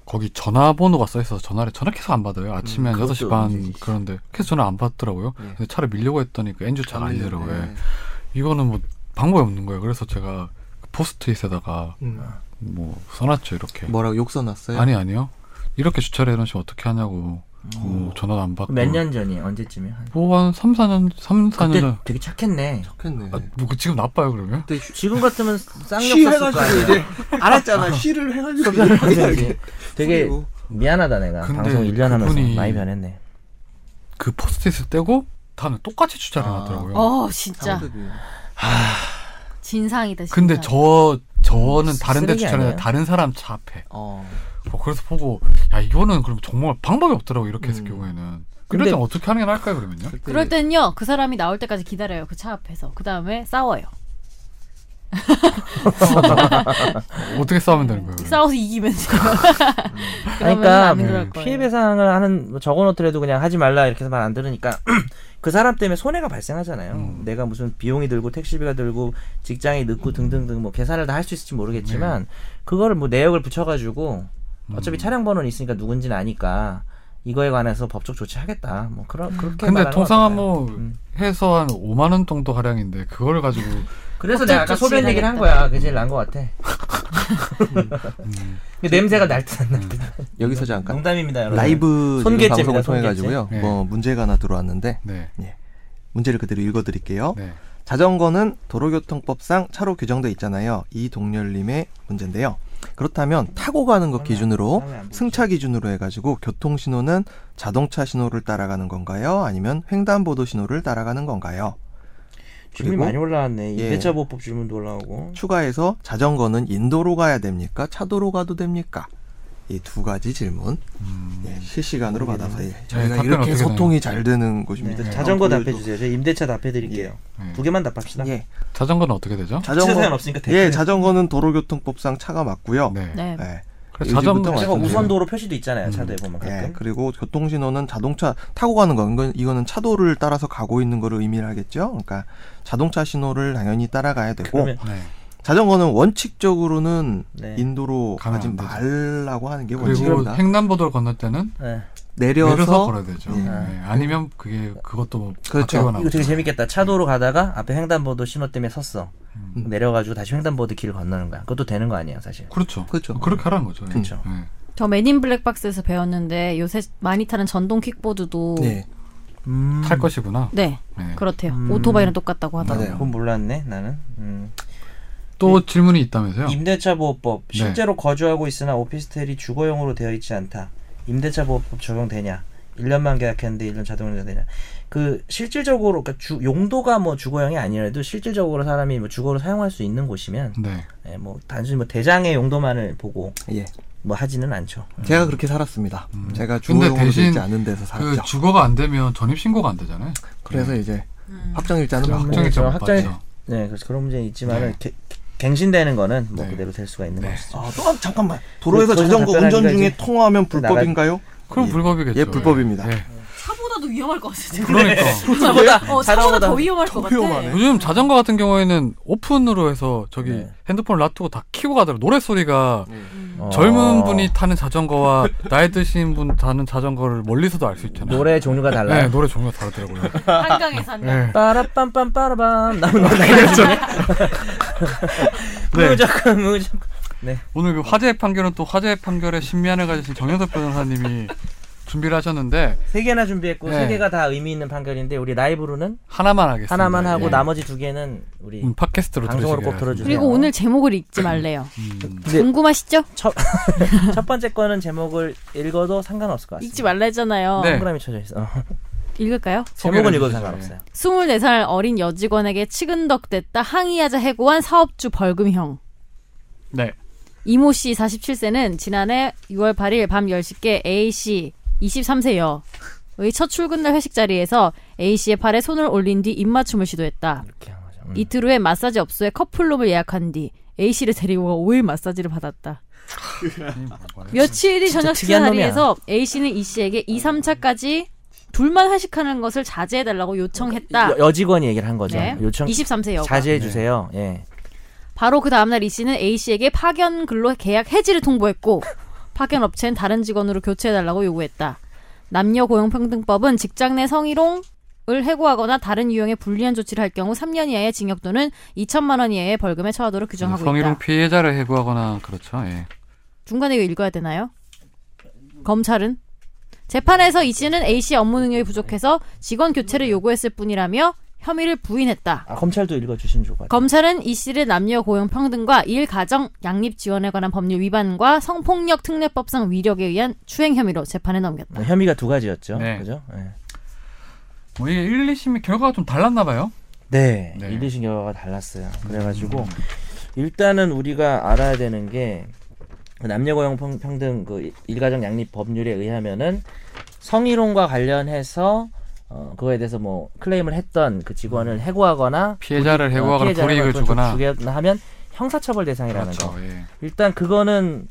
[SPEAKER 1] 거기 전화번호가 써 있어서 전화를 전화 계속 안 받아요 아침에
[SPEAKER 2] 음,
[SPEAKER 1] 한
[SPEAKER 2] 그것도
[SPEAKER 1] 6시 반
[SPEAKER 2] 문제지.
[SPEAKER 1] 그런데 계속 전화 안 받더라고요
[SPEAKER 4] 네.
[SPEAKER 1] 근데 차를 밀려고 했더니 그 N주차가 아니더라고요
[SPEAKER 4] 네.
[SPEAKER 1] 이거는 뭐 방법이 없는 거예요 그래서 제가 그 포스트잇에다가
[SPEAKER 4] 음.
[SPEAKER 1] 뭐 써놨죠 이렇게
[SPEAKER 4] 뭐라고 욕 써놨어요?
[SPEAKER 1] 아니 아니요 이렇게 주차를 해놓으시면 어떻게 하냐고 오, 전화도 안 받고.
[SPEAKER 2] 몇 년 전이에요? 언제쯤이에요? 한-
[SPEAKER 1] 뭐한 3, 4년, 3, 4년
[SPEAKER 2] 그때
[SPEAKER 1] 전.
[SPEAKER 2] 되게 착했네.
[SPEAKER 4] 좋겠네.
[SPEAKER 1] 아, 뭐 그- 지금 나빠요 그러면?
[SPEAKER 4] 그때 쉬,
[SPEAKER 2] 지금 같으면 쌍욕 썼을 거
[SPEAKER 4] 해가지고
[SPEAKER 2] 아니야.
[SPEAKER 4] 이제 알았잖아. 쉬를 해가지고
[SPEAKER 2] 그지? 되게
[SPEAKER 4] 그리고
[SPEAKER 2] 미안하다 내가
[SPEAKER 1] 근데
[SPEAKER 2] 방송 1년 하면서
[SPEAKER 1] 그분이-
[SPEAKER 2] 많이 변했네.
[SPEAKER 1] 그 포스트잇을 떼고 다음에 똑같이 주차를
[SPEAKER 4] 아.
[SPEAKER 1] 하더라고요.
[SPEAKER 2] 그렇죠.
[SPEAKER 3] 어 진짜
[SPEAKER 4] 사람들이
[SPEAKER 2] 그
[SPEAKER 3] 진상이다. 진상.
[SPEAKER 1] 근데 저 저는 다른 데
[SPEAKER 2] 쓰레기
[SPEAKER 1] 주차를
[SPEAKER 2] 아니에요?
[SPEAKER 1] 해요. 다른 사람 차 앞에.
[SPEAKER 4] 어.
[SPEAKER 1] 뭐 그래서 보고 야 이거는 그럼 정말 방법이 없더라고 이렇게 했을
[SPEAKER 4] 음.
[SPEAKER 1] 경우에는.
[SPEAKER 2] 근데-
[SPEAKER 1] 그럴 땐 어떻게 하는 게 나을까요 그러면요?
[SPEAKER 4] 그때
[SPEAKER 3] 그럴 땐요 그 사람이 나올 때까지 기다려요 그 차 앞에서 그 다음에 싸워요.
[SPEAKER 2] 그
[SPEAKER 1] 어떻게 싸우면 되는
[SPEAKER 2] 음.
[SPEAKER 1] 거예요? 그러면?
[SPEAKER 3] 싸워서 이기면서. 그러면
[SPEAKER 2] 그러니까
[SPEAKER 3] 안 그럴 거예요.
[SPEAKER 2] 피해 배상을 하는 뭐 적어놓더라도 그냥 하지 말라 이렇게 해서 말 안 들으니까 그 사람 때문에 손해가 발생하잖아요.
[SPEAKER 1] 음.
[SPEAKER 2] 내가 무슨 비용이 들고 택시비가 들고 직장이 늦고 등등등 뭐 계산을 다 할 수 있을지 모르겠지만 그거를 뭐 내역을 붙여가지고 어차피 차량 번호는 있으니까 누군지는 아니까 이거에 관해서 법적 조치하겠다. 뭐 그런 그렇게
[SPEAKER 1] 근데
[SPEAKER 2] 말하는 것
[SPEAKER 1] 통상
[SPEAKER 2] 같아요.
[SPEAKER 1] 한뭐
[SPEAKER 2] 음.
[SPEAKER 1] 해서 한 5만 원 정도 가량인데 그걸 가지고
[SPEAKER 2] 그래서 내가 아까
[SPEAKER 3] 법적
[SPEAKER 2] 소변 얘기를 한
[SPEAKER 3] 조치를
[SPEAKER 2] 거야. 그게 제일 난것 같아. 근데 냄새가 날 듯 안 날 듯.
[SPEAKER 4] 여기서 잠깐
[SPEAKER 2] 음. 농담입니다, 여러분.
[SPEAKER 4] 라이브 지금
[SPEAKER 2] 손괴죄입니다,
[SPEAKER 4] 방송을 통해
[SPEAKER 2] 손괴죄.
[SPEAKER 4] 가지고요.
[SPEAKER 1] 네.
[SPEAKER 4] 뭐 문제가 하나 들어왔는데
[SPEAKER 1] 네.
[SPEAKER 4] 문제를 그대로 읽어드릴게요.
[SPEAKER 1] 네.
[SPEAKER 4] 자전거는 도로교통법상 차로 규정돼 있잖아요. 이 동열님의 문제인데요. 그렇다면 타고 가는 것 기준으로
[SPEAKER 2] 다음에 안 보이죠?
[SPEAKER 4] 승차 기준으로 해가지고 교통 신호는 자동차 신호를 따라가는 건가요? 아니면 횡단보도 신호를 따라가는 건가요?
[SPEAKER 2] 질문
[SPEAKER 4] 그리고-
[SPEAKER 2] 많이 올라왔네.
[SPEAKER 4] 예.
[SPEAKER 2] 임대차 보호법 질문도 올라오고.
[SPEAKER 4] 추가해서 자전거는 인도로 가야 됩니까? 차도로 가도 됩니까? 이 두 가지 질문
[SPEAKER 1] 음.
[SPEAKER 4] 예, 실시간으로 받아서 예, 저희가
[SPEAKER 1] 답변
[SPEAKER 4] 이렇게
[SPEAKER 1] 어떻게
[SPEAKER 4] 소통이 잘 되는 곳입니다.
[SPEAKER 2] 네.
[SPEAKER 4] 자,
[SPEAKER 2] 자전거
[SPEAKER 4] 앞으로도-
[SPEAKER 2] 답해 주세요. 저 임대차 답해 드릴게요.
[SPEAKER 1] 네.
[SPEAKER 2] 두 개만 답합시다.
[SPEAKER 4] 예,
[SPEAKER 1] 자전거는 어떻게 되죠?
[SPEAKER 2] 자전거 사연 없으니까 대충.
[SPEAKER 4] 예, 자전거는 도로교통법상 차가 맞고요.
[SPEAKER 1] 네.
[SPEAKER 3] 네.
[SPEAKER 4] 예,
[SPEAKER 1] 그래서
[SPEAKER 4] 요즘부터
[SPEAKER 1] 자전거
[SPEAKER 2] 제가
[SPEAKER 4] 맞습니다.
[SPEAKER 1] 말씀드려요.
[SPEAKER 2] 우선도로 표시도 있잖아요. 차도에 보면 가끔.
[SPEAKER 4] 예, 그리고 교통신호는 자동차 타고 가는 거 이건 이거는 차도를 따라서 가고 있는 거를 의미하겠죠. 그러니까 자동차 신호를 당연히 따라가야 되고
[SPEAKER 2] 그러면
[SPEAKER 1] 네.
[SPEAKER 4] 자전거는 원칙적으로는
[SPEAKER 2] 네.
[SPEAKER 4] 인도로
[SPEAKER 1] 가면
[SPEAKER 4] 가지
[SPEAKER 1] 안 되죠.
[SPEAKER 4] 말라고 하는 게
[SPEAKER 1] 그리고
[SPEAKER 4] 원칙입니다.
[SPEAKER 1] 횡단보도를 건널 때는
[SPEAKER 2] 네.
[SPEAKER 4] 내려서,
[SPEAKER 1] 내려서 걸어야 되죠.
[SPEAKER 4] 예.
[SPEAKER 1] 네. 아니면 그게 그것도
[SPEAKER 4] 그렇죠.
[SPEAKER 1] 바뀌거나
[SPEAKER 2] 이거 되게 재밌겠다. 차도로 가다가 앞에 횡단보도 신호 때문에 섰어.
[SPEAKER 1] 음.
[SPEAKER 2] 내려가지고 다시 횡단보도 길을 건너는 거야. 그것도 되는 거 아니에요, 사실.
[SPEAKER 1] 그렇죠.
[SPEAKER 4] 그렇죠.
[SPEAKER 1] 그렇게 하라는 거죠. 예.
[SPEAKER 2] 그렇죠.
[SPEAKER 1] 예.
[SPEAKER 3] 저 맨인 블랙박스에서 배웠는데 요새 많이 타는 전동 킥보드도 네,
[SPEAKER 4] 네,
[SPEAKER 2] 음.
[SPEAKER 1] 탈 것이구나. 네.
[SPEAKER 3] 그렇대요.
[SPEAKER 2] 음.
[SPEAKER 3] 오토바이랑 똑같다고 하더라고요.
[SPEAKER 4] 맞아요.
[SPEAKER 2] 그건 몰랐네, 나는. 음.
[SPEAKER 1] 또 질문이 있다면서요?
[SPEAKER 2] 임대차 보호법
[SPEAKER 1] 네.
[SPEAKER 2] 실제로 거주하고 있으나 오피스텔이 주거용으로 되어 있지 않다. 임대차 보호법 적용되냐? 1년만 계약했는데 1년 자동으로 되냐? 그 실질적으로 그러니까 주, 용도가 뭐 주거용이 아니라도 실질적으로 사람이 뭐 주거로 사용할 수 있는 곳이면
[SPEAKER 1] 네.
[SPEAKER 4] 그러니까
[SPEAKER 2] 예, 뭐 단순히 뭐 대장의 용도만을 보고
[SPEAKER 4] 예.
[SPEAKER 2] 뭐 하지는 않죠.
[SPEAKER 4] 제가 그렇게 살았습니다.
[SPEAKER 1] 음.
[SPEAKER 4] 제가
[SPEAKER 1] 근데
[SPEAKER 4] 주거용으로
[SPEAKER 1] 대신
[SPEAKER 4] 되지 않은 데서
[SPEAKER 1] 그
[SPEAKER 4] 살았죠.
[SPEAKER 1] 주거가 안 되면 전입 신고가 안 되잖아요.
[SPEAKER 4] 그, 래서 이제
[SPEAKER 3] 음.
[SPEAKER 4] 확정일자는
[SPEAKER 2] 그럼
[SPEAKER 4] 받고
[SPEAKER 2] 확정-
[SPEAKER 1] 확정이 좀
[SPEAKER 2] 저는 확정이-
[SPEAKER 1] 맞죠.
[SPEAKER 2] 네, 그래서 그런 문제는 있지만은
[SPEAKER 1] 네.
[SPEAKER 2] 개- 갱신되는 거는 뭐
[SPEAKER 1] 네.
[SPEAKER 2] 그대로 될 수가 있는
[SPEAKER 1] 네.
[SPEAKER 2] 것이죠.
[SPEAKER 4] 아, 또 한- 잠깐만. 도로에서
[SPEAKER 2] 네,
[SPEAKER 4] 자전거
[SPEAKER 2] 거기서
[SPEAKER 4] 운전
[SPEAKER 2] 답변하기가
[SPEAKER 4] 중에
[SPEAKER 2] 이제
[SPEAKER 4] 통화하면 불법인가요?
[SPEAKER 1] 그럼
[SPEAKER 4] 예.
[SPEAKER 1] 불법이겠죠.
[SPEAKER 4] 예, 불법입니다.
[SPEAKER 1] 예.
[SPEAKER 3] 차보다도 위험할 것 같은데.
[SPEAKER 1] 그러니까
[SPEAKER 2] 차보다
[SPEAKER 3] 어, 차보다 더 위험할 것 같아.
[SPEAKER 4] 위험하네.
[SPEAKER 1] 요즘 자전거 같은 경우에는 오픈으로 해서 저기
[SPEAKER 2] 네.
[SPEAKER 1] 핸드폰을 놔두고 다 키고 가더라고 노래 소리가
[SPEAKER 4] 네.
[SPEAKER 2] 어.
[SPEAKER 1] 젊은 분이 타는 자전거와 나이 드신 분 타는 자전거를 멀리서도 알 수 있잖아요.
[SPEAKER 2] 노래 종류가
[SPEAKER 1] 네,
[SPEAKER 2] 달라요.
[SPEAKER 1] 노래 종류가 다르더라고요.
[SPEAKER 3] 한강에서 한강.
[SPEAKER 1] 네.
[SPEAKER 2] 빠라빰빰 빠라밤 남은 거 나겠죠.
[SPEAKER 1] 네.
[SPEAKER 2] 무조건 무조건.
[SPEAKER 1] 오늘 그 화재 판결은 또 화재 판결의 신미안을 가지신 정현석 변호사님이 준비를 하셨는데
[SPEAKER 2] 세 개나 준비했고
[SPEAKER 1] 네.
[SPEAKER 2] 세 개가 다 의미 있는 판결인데 우리 라이브로는
[SPEAKER 1] 하나만 하겠습니다.
[SPEAKER 2] 하나만 하고
[SPEAKER 1] 예.
[SPEAKER 2] 나머지 두 개는 우리
[SPEAKER 1] 음, 팟캐스트로
[SPEAKER 2] 방송으로 꼭
[SPEAKER 1] 들으시게
[SPEAKER 2] 들어주세요.
[SPEAKER 3] 그리고 오늘 제목을 읽지 말래요.
[SPEAKER 1] 하겠습니다. 음.
[SPEAKER 2] 네.
[SPEAKER 3] 궁금하시죠?
[SPEAKER 2] 첫 번째 거는 제목을 읽어도 상관없을 것 같습니다.
[SPEAKER 3] 읽지 말라잖아요.
[SPEAKER 1] 네.
[SPEAKER 2] 동그라미 쳐져 있어. 어.
[SPEAKER 3] 읽을까요?
[SPEAKER 2] 제목은
[SPEAKER 1] 소개를
[SPEAKER 2] 읽어도
[SPEAKER 1] 해주세요.
[SPEAKER 2] 상관없어요.
[SPEAKER 1] 네.
[SPEAKER 3] 24살 어린 여직원에게 치근덕댔다 항의하자 해고한 사업주 벌금형.
[SPEAKER 1] 네.
[SPEAKER 3] 이모 씨 47세는 지난해 6월 8일 밤 10시께 A 씨 23세여 의첫 출근날 회식 자리에서 A 씨의 팔에 손을 올린 뒤 입맞춤을 시도했다.
[SPEAKER 2] 이렇게 한 거죠. 음.
[SPEAKER 3] 이틀 후에 마사지 업소에 커플룸을 예약한 뒤 A 씨를 데리고 가 5일 마사지를 받았다. 며칠이 저녁 식사
[SPEAKER 2] 특이한 놈이야.
[SPEAKER 3] 자리에서 A 씨는 E 씨에게 2, 3차까지 둘만 회식하는 것을 자제해달라고 요청했다.
[SPEAKER 2] 여, 여직원이 얘기를 한 거죠.
[SPEAKER 3] 네.
[SPEAKER 2] 요청
[SPEAKER 3] 23세 여가.
[SPEAKER 2] 자제해
[SPEAKER 1] 네.
[SPEAKER 2] 주세요. 예.
[SPEAKER 3] 바로 그 다음날 이 씨는 A 씨에게 파견 근로 계약 해지를 통보했고 파견 업체는 다른 직원으로 교체해달라고 요구했다. 남녀 고용평등법은 직장 내 성희롱을 해고하거나 다른 유형의 불리한 조치를 할 경우 3년 이하의 징역 또는 2천만 원 이하의 벌금에 처하도록 규정하고
[SPEAKER 1] 성희롱
[SPEAKER 3] 있다.
[SPEAKER 1] 피해자를 해고하거나 그렇죠. 예.
[SPEAKER 3] 중간에 이거 읽어야 되나요? 검찰은 재판에서 이 씨는 A 씨 업무 능력이 부족해서 직원 교체를 요구했을 뿐이라며 혐의를 부인했다.
[SPEAKER 2] 아, 검찰도 읽어주시면 좋을 것 같아요.
[SPEAKER 3] 검찰은 이 씨를 남녀 고용 평등과 일 가정 양립 지원에 관한 법률 위반과 성폭력 특례법상 위력에 의한 추행 혐의로 재판에 넘겼다.
[SPEAKER 2] 네, 혐의가 두 가지였죠.
[SPEAKER 1] 네.
[SPEAKER 2] 그죠? 네.
[SPEAKER 1] 뭐 이게 1, 2심의 결과가 좀 달랐나 봐요.
[SPEAKER 2] 네.
[SPEAKER 1] 네. 음.
[SPEAKER 2] 일리신 결과가 달랐어요. 그래가지고 일단은 우리가 알아야 되는 게그 남녀 고용 평- 평등 그 일- 일가정 양립 법률에 의하면은 성희롱과 관련해서 어, 그거에 대해서 뭐 클레임을 했던 그 직원을 해고하거나
[SPEAKER 1] 음. 피해자를 해고하거나
[SPEAKER 2] 피해자를
[SPEAKER 1] 불이익을
[SPEAKER 2] 또
[SPEAKER 1] 주거나
[SPEAKER 2] 주거나 하면 형사처벌 대상이라는 거.
[SPEAKER 1] 그렇죠. 예.
[SPEAKER 2] 일단 그거는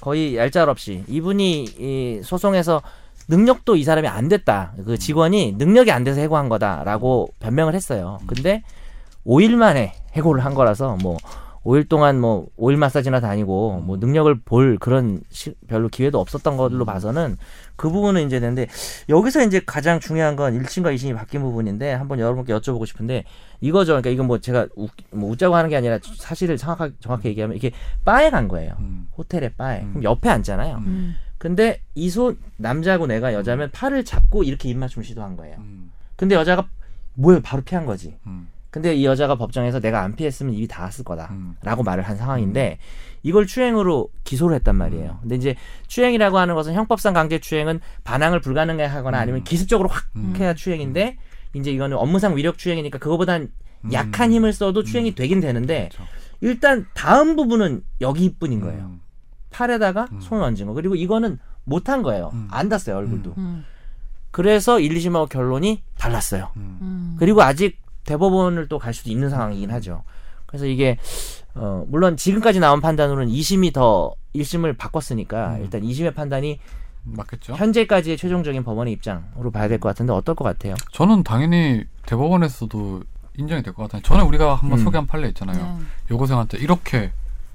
[SPEAKER 2] 거의 얄짤 없이 이분이 이 소송에서 능력도 이 사람이 안 됐다. 그 직원이 능력이 안 돼서 해고한 거다라고 변명을 했어요. 근데 5일 만에 해고를 한 거라서 뭐 5일 동안 뭐 5일 마사지나 다니고 뭐 능력을 볼 그런 시- 별로 기회도 없었던 걸로 봐서는 그 부분은 이제 되는데 여기서 이제 가장 중요한 건 1심과 2심이 바뀐 부분인데 한번 여러분께 여쭤보고 싶은데 이거죠. 그러니까 이건 뭐 제가 웃, 뭐 웃자고 하는 게 아니라 사실을 정확하게, 정확히 얘기하면 이게 바에 간 거예요.
[SPEAKER 1] 음.
[SPEAKER 2] 호텔에 바에
[SPEAKER 1] 음.
[SPEAKER 2] 그럼 옆에 앉잖아요.
[SPEAKER 1] 음.
[SPEAKER 3] 음.
[SPEAKER 2] 근데 이 손 남자하고 내가 여자면 팔을 잡고 이렇게 입맞춤 시도한 거예요.
[SPEAKER 1] 음.
[SPEAKER 2] 근데 여자가 뭐예요? 바로 피한 거지.
[SPEAKER 1] 음.
[SPEAKER 2] 근데 이 여자가 법정에서 내가 안 피했으면 입이 닿았을
[SPEAKER 1] 음.
[SPEAKER 2] 거다라고 말을 한 상황인데 이걸 추행으로 기소를 했단
[SPEAKER 1] 음.
[SPEAKER 2] 말이에요. 근데 이제 추행이라고 하는 것은 형법상 강제 추행은 반항을 불가능하거나 아니면 기습적으로 확
[SPEAKER 1] 음.
[SPEAKER 2] 해야 추행인데 이제 이거는 업무상 위력 추행이니까 그거보단
[SPEAKER 1] 음.
[SPEAKER 2] 약한 힘을 써도 추행이 되긴 되는데
[SPEAKER 1] 그렇죠.
[SPEAKER 2] 일단 다음 부분은 여기뿐인 거예요.
[SPEAKER 1] 음.
[SPEAKER 2] 팔에다가
[SPEAKER 1] 음.
[SPEAKER 2] 손을 얹은 거. 그리고 이거는 못한 거예요.
[SPEAKER 1] 음.
[SPEAKER 2] 안 닿았어요, 얼굴도.
[SPEAKER 3] 음.
[SPEAKER 2] 그래서 1, 2심하고 결론이 달랐어요.
[SPEAKER 1] 음.
[SPEAKER 3] 음.
[SPEAKER 2] 그리고 아직 대법원을 또 갈 수도 있는 상황이긴 하죠. 그래서 이게, 어, 물론 지금까지 나온 판단으로는 2심이 더 1심을 바꿨으니까
[SPEAKER 1] 음.
[SPEAKER 2] 일단 2심의 판단이
[SPEAKER 1] 맞겠죠.
[SPEAKER 2] 현재까지의 최종적인 법원의 입장으로 봐야 될 것 같은데 어떨 것 같아요?
[SPEAKER 1] 저는 당연히 대법원에서도 인정이 될 것 같아요. 전에 우리가 한번
[SPEAKER 2] 음.
[SPEAKER 1] 소개한 판례
[SPEAKER 3] 네.
[SPEAKER 1] 있잖아요. 여고생한테 이렇게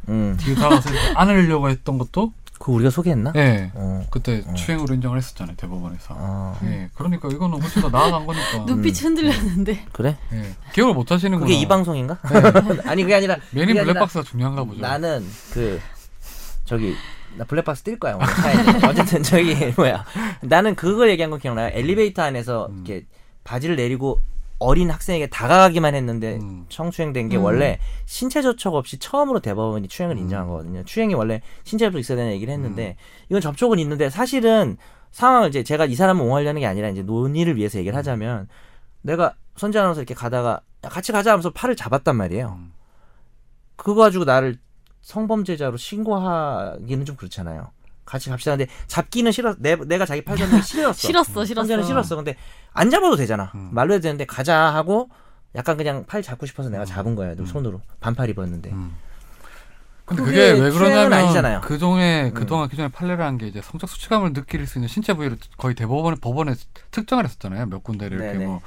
[SPEAKER 2] 음.
[SPEAKER 1] 뒤에 따라서 이렇게 안으려고 했던 것도
[SPEAKER 2] 그거 우리가 소개했나?
[SPEAKER 1] 예
[SPEAKER 2] 어.
[SPEAKER 1] 그때
[SPEAKER 2] 음.
[SPEAKER 1] 추행으로 인정을 했었잖아요 대법원에서.
[SPEAKER 2] 어.
[SPEAKER 1] 예 그러니까 이거는 훨씬 더 나아간 거니까.
[SPEAKER 2] 음.
[SPEAKER 3] 눈빛이 흔들렸는데.
[SPEAKER 2] 그래?
[SPEAKER 1] 예 기억을 못 하시는구나.
[SPEAKER 2] 그게 이 방송인가? 아니 그게 아니라
[SPEAKER 1] 뭐. 네. 매니
[SPEAKER 2] 그게 아니라
[SPEAKER 1] 블랙박스가 중요한가 보죠.
[SPEAKER 2] 나는 그 저기 나 블랙박스 뛸 거야 오늘 차에. 어쨌든 저기 뭐야 나는 그걸 얘기한 거 기억나요? 엘리베이터 안에서
[SPEAKER 1] 음.
[SPEAKER 2] 이렇게 바지를 내리고 어린 학생에게 다가가기만 했는데
[SPEAKER 1] 음.
[SPEAKER 2] 성추행된 게
[SPEAKER 3] 음.
[SPEAKER 2] 원래 신체 접촉 없이 처음으로 대법원이 추행을 인정한 거거든요. 추행이 원래 신체 접촉 있어야 되는 얘기를 했는데
[SPEAKER 1] 음.
[SPEAKER 2] 이건 접촉은 있는데 사실은 상황을 이제 제가 이 사람을 옹호하려는 게 아니라 이제 논의를
[SPEAKER 1] 음.
[SPEAKER 2] 위해서 얘기를 하자면 내가 선지 아나운서 이렇게 가다가 야, 같이 가자 하면서 팔을 잡았단 말이에요.
[SPEAKER 1] 음.
[SPEAKER 2] 그거 가지고 나를 성범죄자로 신고하기는 좀 그렇잖아요. 같이 갑시다. 근데 잡기는 싫어. 내, 내가 자기 팔 잡는 게 싫었어.
[SPEAKER 3] 싫었어, 싫었어.
[SPEAKER 2] 선재는 싫었어. 근데 안 잡아도 되잖아.
[SPEAKER 1] 음.
[SPEAKER 2] 말로 해도 되는데 가자 하고 약간 그냥 팔 잡고 싶어서 내가 잡은 거야. 손으로 반팔 입었는데.
[SPEAKER 1] 음. 근데
[SPEAKER 2] 그게
[SPEAKER 1] 그게, 왜
[SPEAKER 2] 추행은
[SPEAKER 1] 그러냐면
[SPEAKER 2] 아니잖아요. 음.
[SPEAKER 1] 그동에 그동안 기존에 판례라는 게 이제 성적 수치감을 느낄 수 있는 신체 부위를 거의 대법원 법원에 특정을 했었잖아요. 몇 군데를 이렇게
[SPEAKER 2] 네네.
[SPEAKER 1] 뭐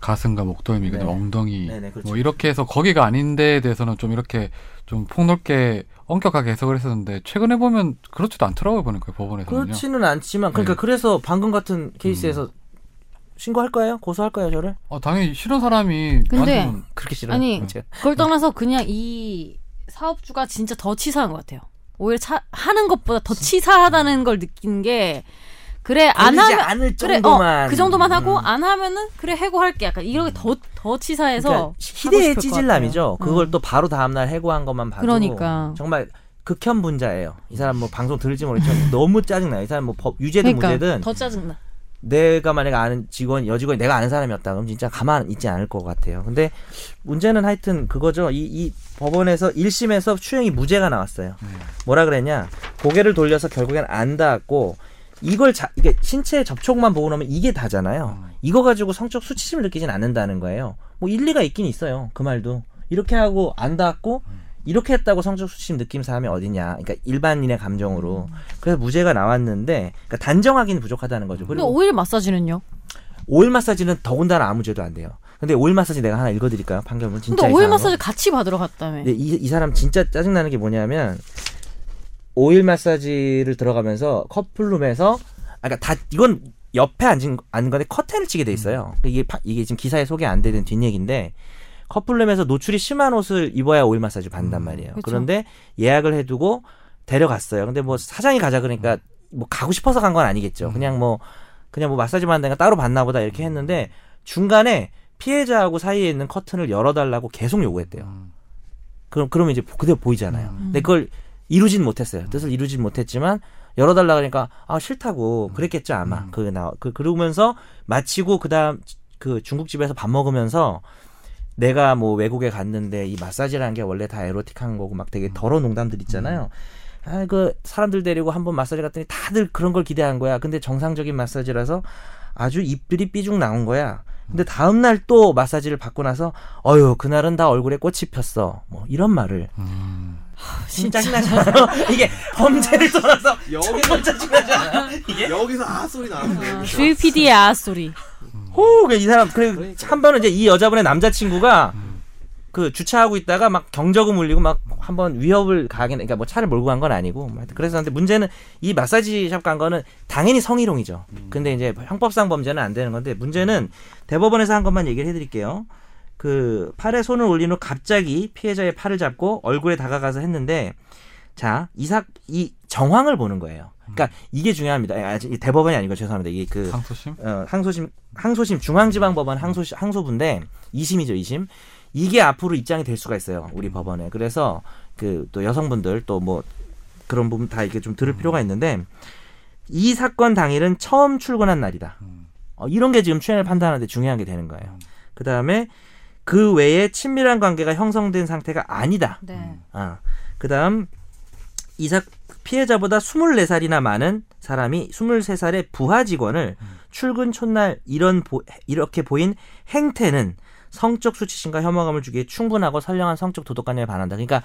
[SPEAKER 1] 가슴과 목덜미, 그다음
[SPEAKER 2] 네.
[SPEAKER 1] 엉덩이
[SPEAKER 2] 네네, 그렇죠.
[SPEAKER 1] 뭐 이렇게 해서 거기가 아닌데에 대해서는 좀 이렇게 좀 폭넓게 엄격하게 해석을 했었는데 최근에 보면 그렇지도 않더라고요 보니까 법원에서는요.
[SPEAKER 2] 그렇지는 않지만 그러니까
[SPEAKER 1] 네. 음.
[SPEAKER 2] 그래서 방금 같은 케이스에서 신고할 거예요? 고소할 거예요, 저를?
[SPEAKER 1] 어, 당연히 싫은 사람이
[SPEAKER 3] 근데
[SPEAKER 1] 완전
[SPEAKER 2] 그렇게 싫어요.
[SPEAKER 3] 아니,
[SPEAKER 2] 제가.
[SPEAKER 3] 그걸 떠나서 그냥 이 사업주가 진짜 더 치사한 것 같아요. 오히려 차, 하는 것보다 더 치사하다는 걸 느낀 게 그래 안
[SPEAKER 2] 걸리지
[SPEAKER 3] 하면
[SPEAKER 2] 않을
[SPEAKER 3] 그래
[SPEAKER 2] 정도만.
[SPEAKER 3] 어, 그 정도만 하고
[SPEAKER 2] 음.
[SPEAKER 3] 안 하면은 그래 해고할게 약간 이렇게 더 더 치사해서
[SPEAKER 2] 그러니까 희대의 찌질남이죠. 그걸 또 바로 다음날 해고한 것만 봐도
[SPEAKER 3] 어. 그러니까.
[SPEAKER 2] 정말 극현 분자예요. 이 사람 뭐 방송 들을지 모르겠지만 너무 짜증나요. 이 사람 뭐 법, 유죄든
[SPEAKER 3] 그러니까
[SPEAKER 2] 무죄든
[SPEAKER 3] 더 짜증나.
[SPEAKER 2] 내가 만약에 아는 직원, 여직원이 내가 아는 사람이었다. 그럼 진짜 가만 있지 않을 것 같아요. 근데 문제는 하여튼 그거죠. 이, 이 법원에서 1심에서 추행이 무죄가 나왔어요. 뭐라 그랬냐. 고개를 돌려서 결국엔 안 닿았고, 이걸 자, 이게 신체 접촉만 보고 나면 이게 다잖아요. 이거 가지고 성적 수치심을 느끼진 않는다는 거예요. 뭐 일리가 있긴 있어요. 그 말도. 이렇게 하고 안 닿았고, 이렇게 했다고 성적 수치심 느낀 사람이 어디냐. 그러니까 일반인의 감정으로. 그래서 무죄가 나왔는데, 그러니까 단정하기는 부족하다는 거죠.
[SPEAKER 3] 근데
[SPEAKER 2] 그리고
[SPEAKER 3] 오일 마사지는요?
[SPEAKER 2] 오일 마사지는 더군다나 아무 죄도 안 돼요. 근데 오일 마사지 내가 하나 읽어드릴까요? 판결문 진짜
[SPEAKER 3] 근데 오일
[SPEAKER 2] 이상한 거.
[SPEAKER 3] 마사지 같이 받으러 갔다며.
[SPEAKER 2] 근데 이, 이 사람 진짜 짜증나는 게 뭐냐면 오일 마사지를 들어가면서 커플룸에서 아까 그러니까 다 이건 옆에 앉은 앉은 건데 커튼을 치게 돼 있어요. 이게 파- 이게 지금 기사에 소개 안 되는 뒷얘기인데 커플룸에서 노출이 심한 옷을 입어야 오일
[SPEAKER 1] 음, 그렇죠.
[SPEAKER 2] 마사지 받는단 말이에요.
[SPEAKER 3] 그쵸.
[SPEAKER 2] 그런데 예약을 해두고 데려갔어요. 근데 뭐 사장이 가자 그러니까 뭐 가고 싶어서 간 건
[SPEAKER 1] 음.
[SPEAKER 2] 아니겠죠. 그냥 뭐 그냥 뭐 마사지 받는 데가 따로 받나 보다 이렇게 했는데 중간에 피해자하고 사이에 있는 커튼을 열어달라고 계속 요구했대요.
[SPEAKER 1] 음.
[SPEAKER 2] 그럼 그러면 이제 그대로 보이잖아요.
[SPEAKER 1] 음.
[SPEAKER 2] 근데 그걸 이루진 못했어요. 뜻을 이루진 못했지만 열어달라 그러니까 아 싫다고 그랬겠죠 아마
[SPEAKER 1] 음.
[SPEAKER 2] 그게 나 그, 그러면서 마치고 그다음 그 중국집에서 밥 먹으면서 내가 뭐 외국에 갔는데 이 마사지라는 게 원래 다 에로틱한 거고 막 되게 더러운 농담들 있잖아요. 아 그 사람들 데리고 한번 마사지 갔더니 다들 그런 걸 기대한 거야. 근데 정상적인 마사지라서 아주 입들이 삐죽 나온 거야. 근데 다음 날 또 마사지를 받고 나서 어휴 그날은 다 얼굴에 꽃이 폈어. 뭐 이런 말을
[SPEAKER 1] 음.
[SPEAKER 2] 진짜 짜증나잖아요. 이게 범죄를 떠나서 정말 짜증나잖아. 이게
[SPEAKER 4] 여기서 아 소리 나는데.
[SPEAKER 3] 주희 PD의 아소리.
[SPEAKER 2] 호우 이 사람 그리고 한 번은 이제 이 여자분의 남자친구가 그 주차하고 있다가 막 경적음 울리고 막 한 번 위협을 가하긴 그러니까 뭐 차를 몰고 간 건 아니고 뭐 하여튼 그래서 근데 문제는 이 마사지샵 간 거는 당연히 성희롱이죠. 근데 이제 형법상 범죄는 안 되는 건데 문제는 대법원에서 한 것만 얘기를 해드릴게요. 그 팔에 손을 올린 후 갑자기 피해자의 팔을 잡고 얼굴에 다가가서 했는데 자 이삭 이 정황을 보는 거예요. 그러니까 이게 중요합니다. 아, 아직 이 대법원이 아니고 죄송합니다. 이게 그
[SPEAKER 1] 상소심?
[SPEAKER 2] 어, 항소심 항소심 중앙지방법원 항소 항소부인데 2심이죠 2심 이게 앞으로 입장이 될 수가 있어요
[SPEAKER 1] 음.
[SPEAKER 2] 우리 법원에 그래서 그 또 여성분들 또 뭐 그런 부분 다 이렇게 좀
[SPEAKER 1] 음.
[SPEAKER 2] 들을 필요가 있는데 이 사건 당일은 처음 출근한 날이다
[SPEAKER 1] 음.
[SPEAKER 2] 어, 이런 게 지금 추행을 판단하는데 중요한 게 되는 거예요 그 다음에 그 외에 친밀한 관계가 형성된 상태가 아니다
[SPEAKER 3] 네.
[SPEAKER 2] 아, 그다음 이삭 피해자보다 24살이나 많은 사람이 23살의 부하 직원을 출근 첫날 이런 보- 이렇게 보인 행태는 성적 수치심과 혐오감을 주기에 충분하고 선량한 성적 도덕관념에 반한다. 그러니까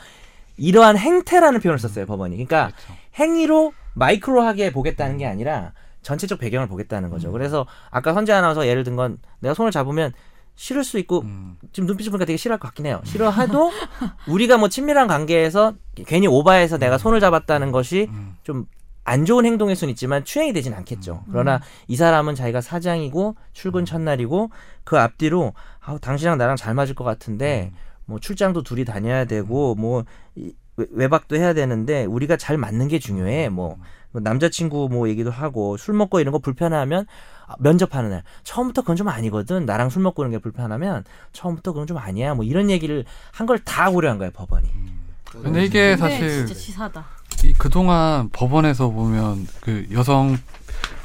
[SPEAKER 2] 이러한 행태라는 표현을 썼어요 법원이. 그러니까
[SPEAKER 1] 그렇죠.
[SPEAKER 2] 행위로 마이크로하게 보겠다는 게 아니라 전체적 배경을 보겠다는 거죠.
[SPEAKER 1] 음.
[SPEAKER 2] 그래서 아까 선재 아나운서 예를 든 건 내가 손을 잡으면 싫을 수 있고
[SPEAKER 1] 음.
[SPEAKER 2] 지금 눈빛을 보니까 되게 싫어할 것 같긴 해요. 싫어해도 우리가 뭐 친밀한 관계에서 괜히 오바해서 내가 손을 잡았다는 것이
[SPEAKER 1] 음.
[SPEAKER 2] 좀 안 좋은 행동일 수는 있지만 추행이 되진 않겠죠. 그러나 이 사람은 자기가 사장이고 출근 첫날이고 그 앞뒤로 아, 당신이랑 나랑 잘 맞을 것 같은데 뭐 출장도 둘이 다녀야 되고 뭐 이- 외- 외박도 해야 되는데 우리가 잘 맞는 게 중요해. 뭐, 뭐 남자친구 뭐 얘기도 하고 술 먹고 이런 거 불편하면 아, 면접하는 날 처음부터 그건 좀 아니거든. 나랑 술 먹고 이런 게 불편하면 처음부터 그건 좀 아니야. 뭐 이런 얘기를 한 걸 다 고려한 거예요 법원이.
[SPEAKER 1] 음. 근데 이게
[SPEAKER 3] 근데
[SPEAKER 1] 사실
[SPEAKER 3] 진짜 치사다.
[SPEAKER 1] 이 그동안 법원에서 보면 그 여성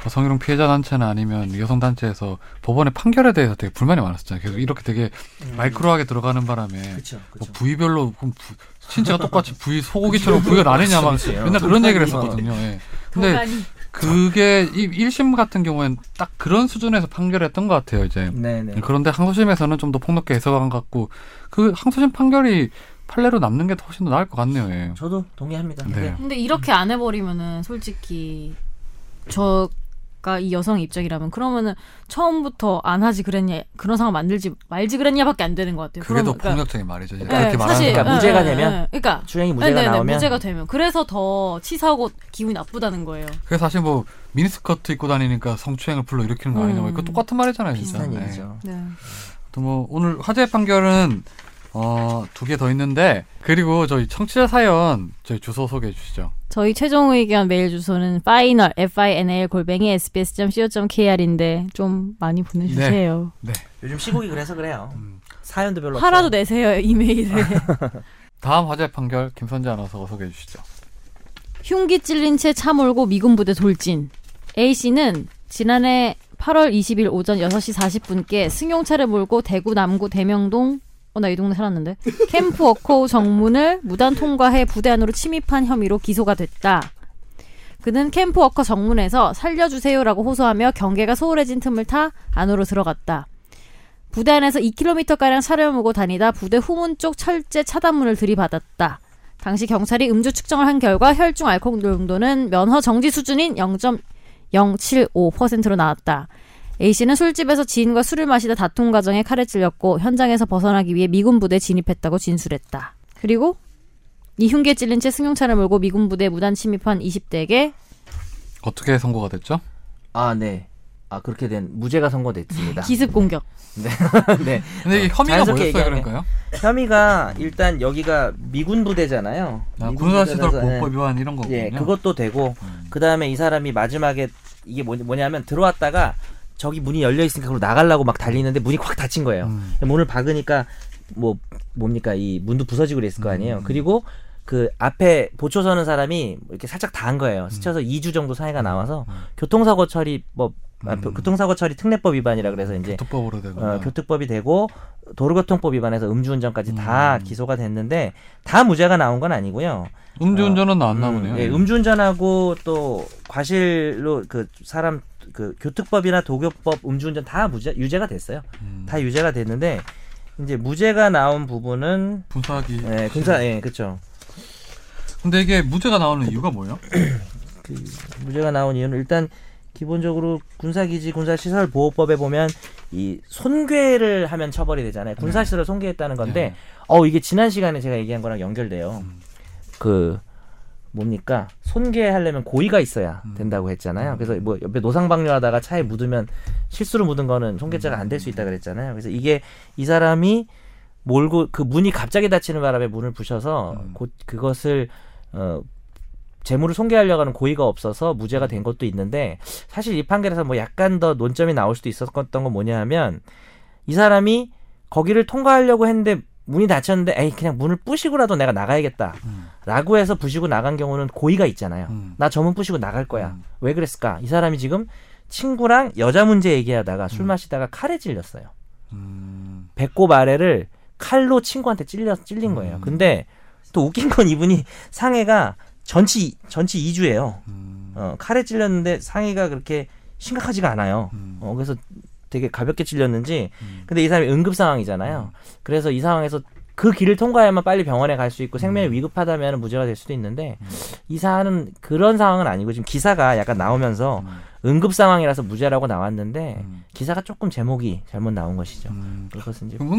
[SPEAKER 1] 어, 성희롱 피해자 단체나 아니면 여성 단체에서 법원의 판결에 대해서 되게 불만이 많았었잖아요. 계속 이렇게 되게 마이크로하게 들어가는 바람에
[SPEAKER 2] 그렇죠.
[SPEAKER 1] 뭐 부위별로 그럼 부, 신체가 똑같이 부위 소고기처럼 부위가 나뉘냐 막 맨날 그런 얘기를 했었거든요. 예. 근데
[SPEAKER 3] 도가니.
[SPEAKER 1] 그게 이 1심 같은 경우엔 딱 그런 수준에서 판결했던 것 같아요. 이제
[SPEAKER 2] 네네.
[SPEAKER 1] 그런데 항소심에서는 좀 더 폭넓게 해석한 것 같고 그 항소심 판결이 판례로 남는 게 훨씬 더 나을 것 같네요. 예.
[SPEAKER 2] 저도 동의합니다.
[SPEAKER 1] 네.
[SPEAKER 3] 근데 이렇게 안 해버리면은 솔직히 저가 이 여성 입장이라면 그러면은 처음부터 안 하지 그랬냐 그런 상황 만들지 말지 그랬냐밖에 안 되는 것 같아요.
[SPEAKER 1] 그게 더
[SPEAKER 3] 그럼- 그러니까-
[SPEAKER 1] 폭력적인 말이죠. 이제
[SPEAKER 3] 네,
[SPEAKER 1] 그렇게 말하는
[SPEAKER 2] 그러니까
[SPEAKER 1] 거.
[SPEAKER 2] 무죄가
[SPEAKER 3] 예, 예,
[SPEAKER 2] 되면?
[SPEAKER 3] 예. 그러니까
[SPEAKER 2] 주행이 무죄가
[SPEAKER 3] 네, 네, 네,
[SPEAKER 2] 나오면
[SPEAKER 3] 무죄가 되면 그래서 더 치사하고 기분이 나쁘다는 거예요.
[SPEAKER 1] 그게 사실 뭐 미니스커트 입고 다니니까 성추행을 불러 일으키는 거 아니냐 뭐 이거
[SPEAKER 3] 음.
[SPEAKER 1] 똑같은 말이잖아요. 진짜.
[SPEAKER 2] 비슷한
[SPEAKER 1] 네.
[SPEAKER 2] 얘기죠.
[SPEAKER 3] 네.
[SPEAKER 1] 또 뭐 오늘 화제 판결은 어두 개 더 있는데 그리고 저희 청취자 사연 저희 주소 소개해 주시죠.
[SPEAKER 3] 저희 최종 의견 메일 주소는 final f i n a l 골뱅이 s b s c o k r인데 좀 많이 보내주세요.
[SPEAKER 2] 요즘 시국이 그래서 그래요.
[SPEAKER 1] 음.
[SPEAKER 2] 사연도 별로
[SPEAKER 3] 하라도
[SPEAKER 2] 없어요.
[SPEAKER 3] 내세요 이메일에.
[SPEAKER 1] 다음 화제 판결 김선재 아나운서가 소개해 주시죠.
[SPEAKER 3] 흉기 찔린 채 차 몰고 미군 부대 돌진. A 씨는 지난해 8월 20일 오전 6시 40분께 승용차를 몰고 대구 남구 대명동 어, 나 이 동네 살았는데. 캠프 워커 정문을 무단 통과해 부대 안으로 침입한 혐의로 기소가 됐다. 그는 캠프 워커 정문에서 살려주세요라고 호소하며 경계가 소홀해진 틈을 타 안으로 들어갔다. 부대 안에서 2km가량 차를 몰고 다니다 부대 후문 쪽 철제 차단문을 들이받았다. 당시 경찰이 음주 측정을 한 결과 혈중 알코올 농도는 면허 정지 수준인 0.075%로 나왔다. A 씨는 술집에서 지인과 술을 마시다 다툼 과정에 칼에 찔렸고 현장에서 벗어나기 위해 미군 부대 에 진입했다고 진술했다. 그리고 이 흉기에 찔린 채 승용차를 몰고 미군 부대에 무단 침입한 20대에게
[SPEAKER 1] 어떻게 선고가 됐죠?
[SPEAKER 2] 아 네. 아 그렇게 된 무죄가 선고됐습니다.
[SPEAKER 3] 기습 공격.
[SPEAKER 2] 네.
[SPEAKER 1] 근데 이게 혐의가
[SPEAKER 2] 자연스럽게
[SPEAKER 1] 뭐였어요
[SPEAKER 2] 얘기하면.
[SPEAKER 1] 그런가요?
[SPEAKER 2] 혐의가 일단 여기가 미군 부대잖아요.
[SPEAKER 1] 아,
[SPEAKER 2] 미군
[SPEAKER 1] 군사시설
[SPEAKER 2] 부대라서,
[SPEAKER 1] 보호법 위반 이런 거군요.
[SPEAKER 2] 예, 그것도 되고 그 다음에 이 사람이 마지막에 이게 뭐- 뭐냐면 들어왔다가 저기 문이 열려 있으니까 그로 나가려고 막 달리는데 문이 확 닫힌 거예요.
[SPEAKER 1] 음.
[SPEAKER 2] 문을 박으니까 뭐 뭡니까 이 문도 부서지고 그랬을 거
[SPEAKER 1] 음.
[SPEAKER 2] 아니에요. 그리고 그 앞에 보초 서는 사람이 이렇게 살짝 닿은 거예요.
[SPEAKER 1] 음.
[SPEAKER 2] 스쳐서 2주 정도 사이가 나와서 교통사고 처리법 아,
[SPEAKER 1] 음.
[SPEAKER 2] 교통사고 처리 특례법 위반이라 그래서 이제
[SPEAKER 1] 교통법으로 되고.
[SPEAKER 2] 어, 교특법이 되고 도로교통법 위반해서 음주운전까지 다
[SPEAKER 1] 음.
[SPEAKER 2] 기소가 됐는데 다 무죄가 나온 건 아니고요.
[SPEAKER 1] 음주운전은 안
[SPEAKER 2] 음,
[SPEAKER 1] 나오네요.
[SPEAKER 2] 예, 음주운전하고 또 과실로 그 사람 그 교특법이나 도교법 음주운전 다 무죄 유죄가 됐어요.
[SPEAKER 1] 음.
[SPEAKER 2] 다 유죄가 됐는데 이제 무죄가 나온 부분은
[SPEAKER 1] 분사하기.
[SPEAKER 2] 예, 군사 예, 그렇죠.
[SPEAKER 1] 근데 이게 무죄가 나오는 이유가 뭐예요?
[SPEAKER 2] 그 무죄가 나온 이유는 일단 기본적으로 군사기지 군사시설 보호법에 보면 이 손괴를 하면 처벌이 되잖아요. 군사시설을 손괴했다는 건데
[SPEAKER 1] 네.
[SPEAKER 2] 어 이게 지난 시간에 제가 얘기한 거랑 연결돼요. 그 뭡니까 손괴하려면 고의가 있어야 된다고 했잖아요. 그래서 뭐 옆에 노상방뇨하다가 차에 묻으면 실수로 묻은 거는 손괴죄가 안 될 수 있다 그랬잖아요. 그래서 이게 이 사람이 몰고 그 문이 갑자기 닫히는 바람에 문을 부셔서 곧 그것을 어 재물을 손괴하려고 하는 고의가 없어서 무죄가 된 것도 있는데 사실 이 판결에서 뭐 약간 더 논점이 나올 수도 있었던 건 뭐냐 하면 이 사람이 거기를 통과하려고 했는데 문이 닫혔는데 에이 그냥 문을 부시고라도 내가 나가야겠다 라고 해서 부시고 나간 경우는 고의가 있잖아요
[SPEAKER 1] 음.
[SPEAKER 2] 나 저 문 부시고 나갈 거야 왜 그랬을까 이 사람이 지금 친구랑 여자 문제 얘기하다가 술 마시다가 칼에 찔렸어요
[SPEAKER 1] 음.
[SPEAKER 2] 배꼽 아래를 칼로 친구한테 찔려 찔린 거예요.
[SPEAKER 1] 음.
[SPEAKER 2] 근데 또 웃긴 건 이분이 상해가 전치 전치 2주예요.
[SPEAKER 1] 음.
[SPEAKER 2] 어, 칼에 찔렸는데 상해가 그렇게 심각하지가 않아요.
[SPEAKER 1] 음.
[SPEAKER 2] 어, 그래서 되게 가볍게 찔렸는지.
[SPEAKER 1] 음.
[SPEAKER 2] 근데 이 사람이 응급 상황이잖아요. 그래서 이 상황에서 그 길을 통과해야만 빨리 병원에 갈 수 있고
[SPEAKER 1] 음.
[SPEAKER 2] 생명이 위급하다면 무죄가 될 수도 있는데 이 사안은 그런 상황은 아니고 지금 기사가 약간 나오면서
[SPEAKER 1] 음.
[SPEAKER 2] 응급 상황이라서 무죄라고 나왔는데
[SPEAKER 1] 음.
[SPEAKER 2] 기사가 조금 제목이 잘못 나온 것이죠.
[SPEAKER 1] 음.
[SPEAKER 2] 그것은 이제
[SPEAKER 1] 그럼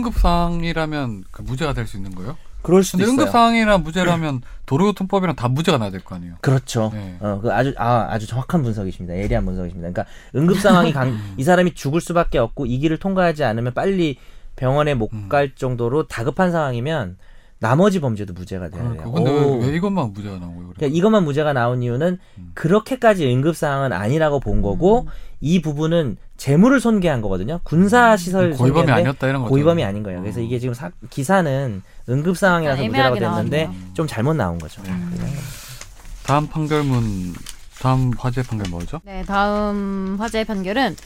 [SPEAKER 1] 응급상이라면 그 무죄가 될 수 있는 거예요?
[SPEAKER 2] 그럴 수도
[SPEAKER 1] 근데
[SPEAKER 2] 있어요.
[SPEAKER 1] 응급상이랑 무죄라면 도로교통법이랑 다 무죄가 나야 될 거 아니에요?
[SPEAKER 2] 그렇죠.
[SPEAKER 1] 네.
[SPEAKER 2] 어, 그 아주 아, 아주 정확한 분석이십니다. 예리한 분석이십니다. 그러니까 응급 상황이 강,
[SPEAKER 1] 음.
[SPEAKER 2] 이 사람이 죽을 수밖에 없고 이 길을 통과하지 않으면 빨리 병원에
[SPEAKER 1] 음.
[SPEAKER 2] 못 갈 정도로 다급한 상황이면 나머지 범죄도 무죄가 돼요.
[SPEAKER 1] 그러니까. 근데 왜, 음. 왜 이것만 무죄가 나온 거예요? 그래?
[SPEAKER 2] 예, 그러니까 이것만 무죄가 나온 이유는 그렇게까지 응급 상황은 아니라고
[SPEAKER 1] 음.
[SPEAKER 2] 본 거고 이 부분은 재물을 손괴한 거거든요. 군사 시설
[SPEAKER 1] 음. 고의범이 아니었다 이런 거죠. 어.
[SPEAKER 2] 고의범이 아닌 거예요. 그래서 이게 지금 사- 기사는 응급 상황이라서 무죄라고
[SPEAKER 3] 아, 애매하게 음.
[SPEAKER 2] 됐는데 좀 잘못 나온 거죠. 네,
[SPEAKER 1] 다음 판결문, 다음 화재 판결 뭐죠?
[SPEAKER 3] 네, 다음 화재 판결은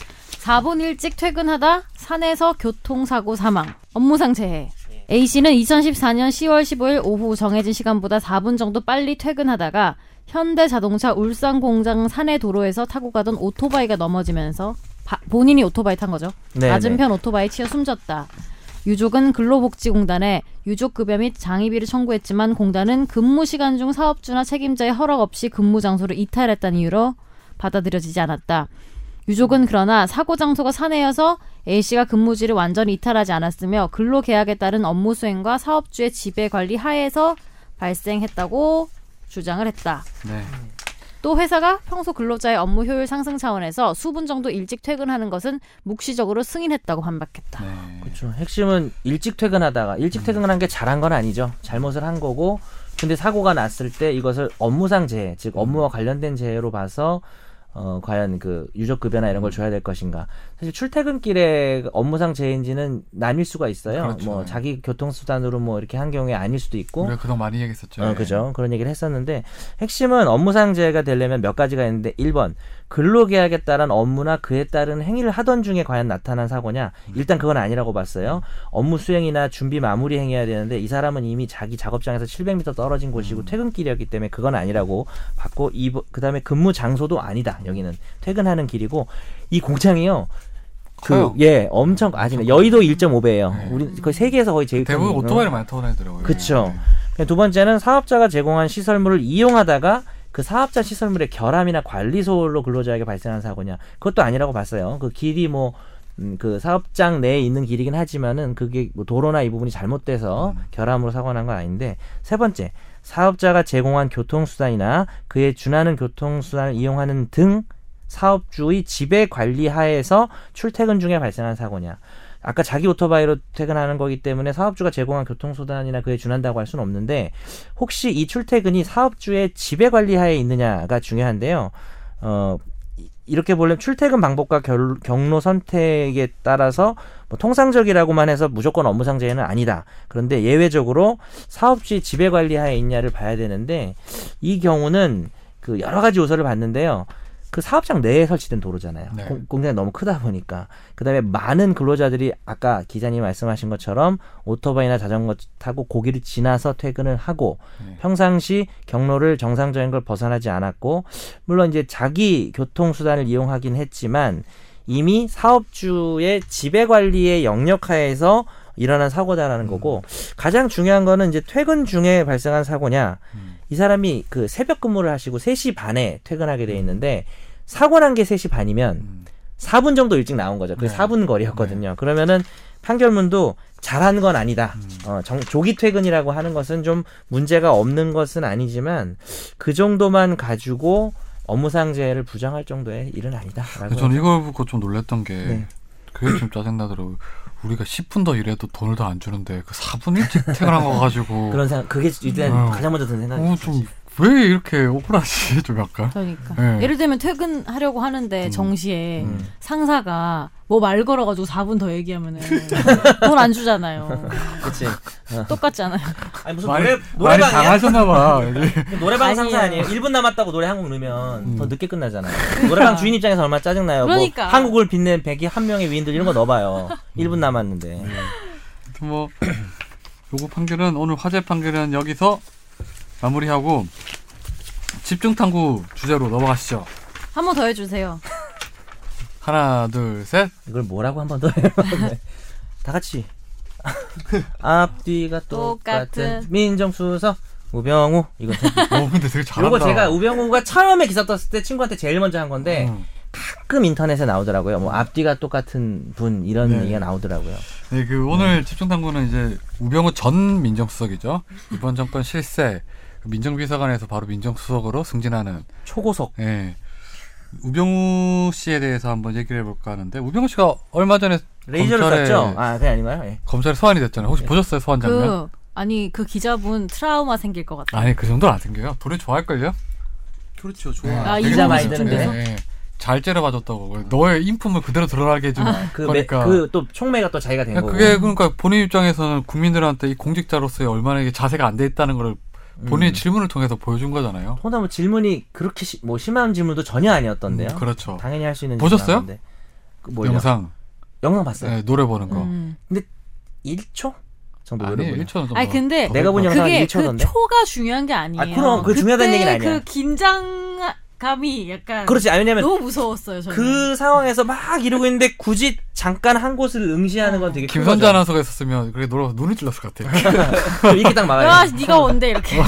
[SPEAKER 3] 4분 일찍 퇴근하다 산에서 교통사고 사망, 업무상 재해. A씨는 2014년 10월 15일 오후 정해진 시간보다 4분 정도 빨리 퇴근하다가 현대자동차 울산공장 산해 도로에서 타고 가던 오토바이가 넘어지면서 바- 본인이 오토바이 탄 거죠.
[SPEAKER 2] 네, 네.
[SPEAKER 3] 맞은편 오토바이 치여 숨졌다. 유족은 근로복지공단에 유족급여 및 장의비를 청구했지만 공단은 근무 시간 중 사업주나 책임자의 허락 없이 근무 장소를 이탈했다는 이유로 받아들여지지 않았다. 유족은 그러나 사고 장소가 산에여서 A씨가 근무지를 완전히 이탈하지 않았으며 근로계약에 따른 업무 수행과 사업주의 지배관리 하에서 발생했다고 주장을 했다.
[SPEAKER 1] 네.
[SPEAKER 3] 또 회사가 평소 근로자의 업무 효율 상승 차원에서 수분 정도 일찍 퇴근하는 것은 묵시적으로 승인했다고 반박했다.
[SPEAKER 1] 네.
[SPEAKER 2] 그렇죠. 핵심은 일찍 퇴근하다가 일찍
[SPEAKER 1] 음.
[SPEAKER 2] 퇴근한 게 잘한 건 아니죠. 잘못을 한 거고 근데 사고가 났을 때 이것을 업무상 재해, 즉 업무와 관련된 재해로 봐서 어 과연 그 유족 급여나 이런 걸 줘야 될 것인가. 사실 출퇴근길에 업무상 재해인지는 나뉠 수가 있어요.
[SPEAKER 1] 그렇죠.
[SPEAKER 2] 뭐 자기 교통수단으로 뭐 이렇게 한 경우에 아닐 수도 있고.
[SPEAKER 1] 우리가 그동안 많이 얘기했었죠.
[SPEAKER 2] 어, 그죠. 그런 얘기를 했었는데 핵심은 업무상 재해가 되려면 몇 가지가 있는데 1번 근로계약에 따른 업무나 그에 따른 행위를 하던 중에 과연 나타난 사고냐? 일단 그건 아니라고 봤어요. 업무 수행이나 준비 마무리 행해야 되는데 이 사람은 이미 자기 작업장에서 700m 떨어진 곳이고
[SPEAKER 1] 음.
[SPEAKER 2] 퇴근길이었기 때문에 그건 아니라고 봤고 이 그다음에 근무 장소도 아니다. 여기는 퇴근하는 길이고 이 공장이요. 그,
[SPEAKER 1] 커요.
[SPEAKER 2] 예, 엄청, 아시네. 여의도 1.5배예요
[SPEAKER 1] 네.
[SPEAKER 2] 우리 거의 세계에서 거의 제일 큰 어.
[SPEAKER 1] 대부분
[SPEAKER 2] 거고요.
[SPEAKER 1] 오토바이를 많이 타고 다니더라고요.
[SPEAKER 2] 그쵸. 네, 두 번째는 사업자가 제공한 시설물을 이용하다가 그 사업자 시설물의 결함이나 관리 소홀로 근로자에게 발생한 사고냐 그것도 아니라고 봤어요. 그 길이 뭐 음, 그 사업장 내에 있는 길이긴 하지만은 그게 뭐 도로나 이 부분이 잘못돼서 결함으로 사고 난 건 아닌데 세 번째 사업자가 제공한 교통수단이나 그에 준하는 교통수단을 이용하는 등 사업주의 지배 관리 하에서 출퇴근 중에 발생한 사고냐. 아까 자기 오토바이로 퇴근하는 거기 때문에 사업주가 제공한 교통수단이나 그에 준한다고 할 수는 없는데 혹시 이 출퇴근이 사업주의 지배 관리 하에 있느냐가 중요한데요. 어, 이- 이렇게 보려면 출퇴근 방법과 결- 경로 선택에 따라서 뭐 통상적이라고만 해서 무조건 업무상재해는 아니다. 그런데 예외적으로 사업주의 지배 관리 하에 있냐를 봐야 되는데 이 경우는 그 여러 가지 요소를 봤는데요. 그 사업장 내에 설치된 도로잖아요.
[SPEAKER 1] 네.
[SPEAKER 2] 공- 공장이 너무 크다 보니까 그다음에 많은 근로자들이 아까 기자님 말씀하신 것처럼 오토바이나 자전거 타고 고기를 지나서 퇴근을 하고
[SPEAKER 1] 네.
[SPEAKER 2] 평상시 경로를 정상적인 걸 벗어나지 않았고 물론 이제 자기 교통수단을 이용하긴 했지만 이미 사업주의 지배 관리의 영역 하에서 일어난
[SPEAKER 1] 음.
[SPEAKER 2] 사고다라는 거고 가장 중요한 거는 이제 퇴근 중에 발생한 사고냐
[SPEAKER 1] 음.
[SPEAKER 2] 이 사람이 그 새벽 근무를 하시고 3시 반에 퇴근하게 돼 있는데 사고 난 게 3시 반이면
[SPEAKER 1] 음.
[SPEAKER 2] 4분 정도 일찍 나온 거죠. 그
[SPEAKER 1] 네.
[SPEAKER 2] 4분 거리였거든요. 그러면은 판결문도 잘한 건 아니다.
[SPEAKER 1] 음.
[SPEAKER 2] 어, 정- 조기 퇴근이라고 하는 것은 좀 문제가 없는 것은 아니지만 그 정도만 가지고 업무상재해를 부정할 정도의 일은 아니다라고.
[SPEAKER 1] 저는 이걸 보고 좀 놀랬던 게
[SPEAKER 2] 네.
[SPEAKER 1] 그게 좀 짜증나더라고요. 우리가 10분 더 일해도 돈을 더 안 주는데 그 4분 일찍 퇴근한 거 가지고
[SPEAKER 2] 그런 생각 그게 일단
[SPEAKER 1] 어.
[SPEAKER 2] 가장 먼저 든 생각이
[SPEAKER 1] 어, 좀 왜 이렇게 억울하지? 좀 약간.
[SPEAKER 3] 그러니까
[SPEAKER 1] 네.
[SPEAKER 3] 예를 들면 퇴근하려고 하는데 정시에
[SPEAKER 2] 음.
[SPEAKER 3] 상사가 뭐 말 걸어가지고 4분 더 얘기하면은 돈 안 주잖아요.
[SPEAKER 2] 그렇지. 어.
[SPEAKER 3] 똑같잖아요.
[SPEAKER 2] 아니 무슨
[SPEAKER 1] 많이,
[SPEAKER 2] 노래
[SPEAKER 1] 많이
[SPEAKER 2] 노래방이야?
[SPEAKER 1] 당하셨나 봐.
[SPEAKER 2] 노래방 상사
[SPEAKER 3] 아니에요.
[SPEAKER 2] 아니에요. 1분 남았다고 노래 한 곡 넣으면
[SPEAKER 1] 음.
[SPEAKER 2] 더 늦게 끝나잖아요. 노래방 주인 입장에서 얼마나 짜증나요. 뭐
[SPEAKER 3] 그러니까.
[SPEAKER 2] 한국을 빛낸 100이 한 명의 위인들 이런 거 넣어봐요. 1분 남았는데.
[SPEAKER 1] 음. 아무튼 뭐 요거 판결은 오늘 화재 판결은 여기서 마무리하고 집중 탐구 주제로 넘어가시죠.
[SPEAKER 3] 한 번 더 해주세요.
[SPEAKER 1] 하나, 둘, 셋.
[SPEAKER 2] 이걸 뭐라고 한 번 더 해요? 네. 다 같이. 앞뒤가 똑같은,
[SPEAKER 3] 똑같은.
[SPEAKER 2] 민정수석 우병우 이거 참-
[SPEAKER 1] 어, 근데 되게 잘한다.
[SPEAKER 2] 요거 제가 우병우가 처음에 기사 떴을 때 친구한테 제일 먼저 한 건데
[SPEAKER 1] 음.
[SPEAKER 2] 가끔 인터넷에 나오더라고요. 뭐 앞뒤가 똑같은 분 이런
[SPEAKER 1] 네.
[SPEAKER 2] 얘기가 나오더라고요.
[SPEAKER 1] 네, 그 오늘 집중 탐구는 이제 우병우 전 민정수석이죠.
[SPEAKER 2] 음.
[SPEAKER 1] 이번 정권 실세 그 민정비서관에서 바로 민정수석으로 승진하는
[SPEAKER 2] 초고속
[SPEAKER 1] 예. 우병우 씨에 대해서 한번 얘기를 해볼까 하는데 우병우 씨가 얼마 전에
[SPEAKER 2] 레이저를
[SPEAKER 1] 검찰에-
[SPEAKER 2] 썼죠? 네. 아 그게 아닌가요? 예.
[SPEAKER 1] 검찰에 소환이 됐잖아요. 혹시 보셨어요 소환 장면?
[SPEAKER 3] 그 아니 그 기자분 트라우마 생길 것 같아.
[SPEAKER 1] 아니 그 정도는 안 생겨요. 도래 좋아할걸요?
[SPEAKER 4] 그렇죠. 좋아.
[SPEAKER 3] 아,
[SPEAKER 1] 되게
[SPEAKER 2] 이자
[SPEAKER 1] 좋아요.
[SPEAKER 2] 많이 드는데?
[SPEAKER 1] 예, 예. 잘 째려봐줬다고. 너의 인품을 그대로 드러나게 해준
[SPEAKER 2] 아. 그
[SPEAKER 1] 거니까.
[SPEAKER 2] 그 또 총매가 또 자기가 된
[SPEAKER 1] 그러니까
[SPEAKER 2] 거고.
[SPEAKER 1] 그게 그러니까 본인 입장에서는 국민들한테 이 공직자로서의 얼마나 이게 자세가 안 돼 있다는 걸 본인의
[SPEAKER 2] 음.
[SPEAKER 1] 질문을 통해서 보여준 거잖아요.
[SPEAKER 2] 혼자 뭐 질문이 그렇게 시- 뭐 심한 질문도 전혀 아니었던데요.
[SPEAKER 1] 음, 그렇죠.
[SPEAKER 2] 당연히 할 수 있는
[SPEAKER 1] 보셨어요?
[SPEAKER 2] 질문 하는데. 그 뭐예요? 네.
[SPEAKER 1] 영상
[SPEAKER 2] 영상 봤어요.
[SPEAKER 1] 예, 노래 보는 거.
[SPEAKER 3] 음.
[SPEAKER 2] 1초 정도
[SPEAKER 1] 아니
[SPEAKER 2] 노려보냐.
[SPEAKER 1] 1초 정도.
[SPEAKER 3] 아니 근데
[SPEAKER 2] 내가 본 영상
[SPEAKER 3] 그게 그
[SPEAKER 2] 1초던데.
[SPEAKER 3] 초가 중요한 게 아니에요.
[SPEAKER 2] 아, 그럼 그게 중요하다는
[SPEAKER 3] 그때
[SPEAKER 2] 얘기는 아니야.
[SPEAKER 3] 그 긴장감이 약간
[SPEAKER 2] 그렇지. 아니, 왜냐면
[SPEAKER 3] 너무 무서웠어요. 저는.
[SPEAKER 2] 그 상황에서 막 이러고 있는데 굳이 잠깐 한 곳을 응시하는 건 되게 큰
[SPEAKER 1] 김선재
[SPEAKER 2] 거죠.
[SPEAKER 1] 아나운서가 있었으면 그렇게 놀아서 눈을 찔렀을 것 같아요.
[SPEAKER 2] 이렇게 딱
[SPEAKER 3] 야,
[SPEAKER 2] 막아요. 예.
[SPEAKER 3] 네가 온대 이렇게.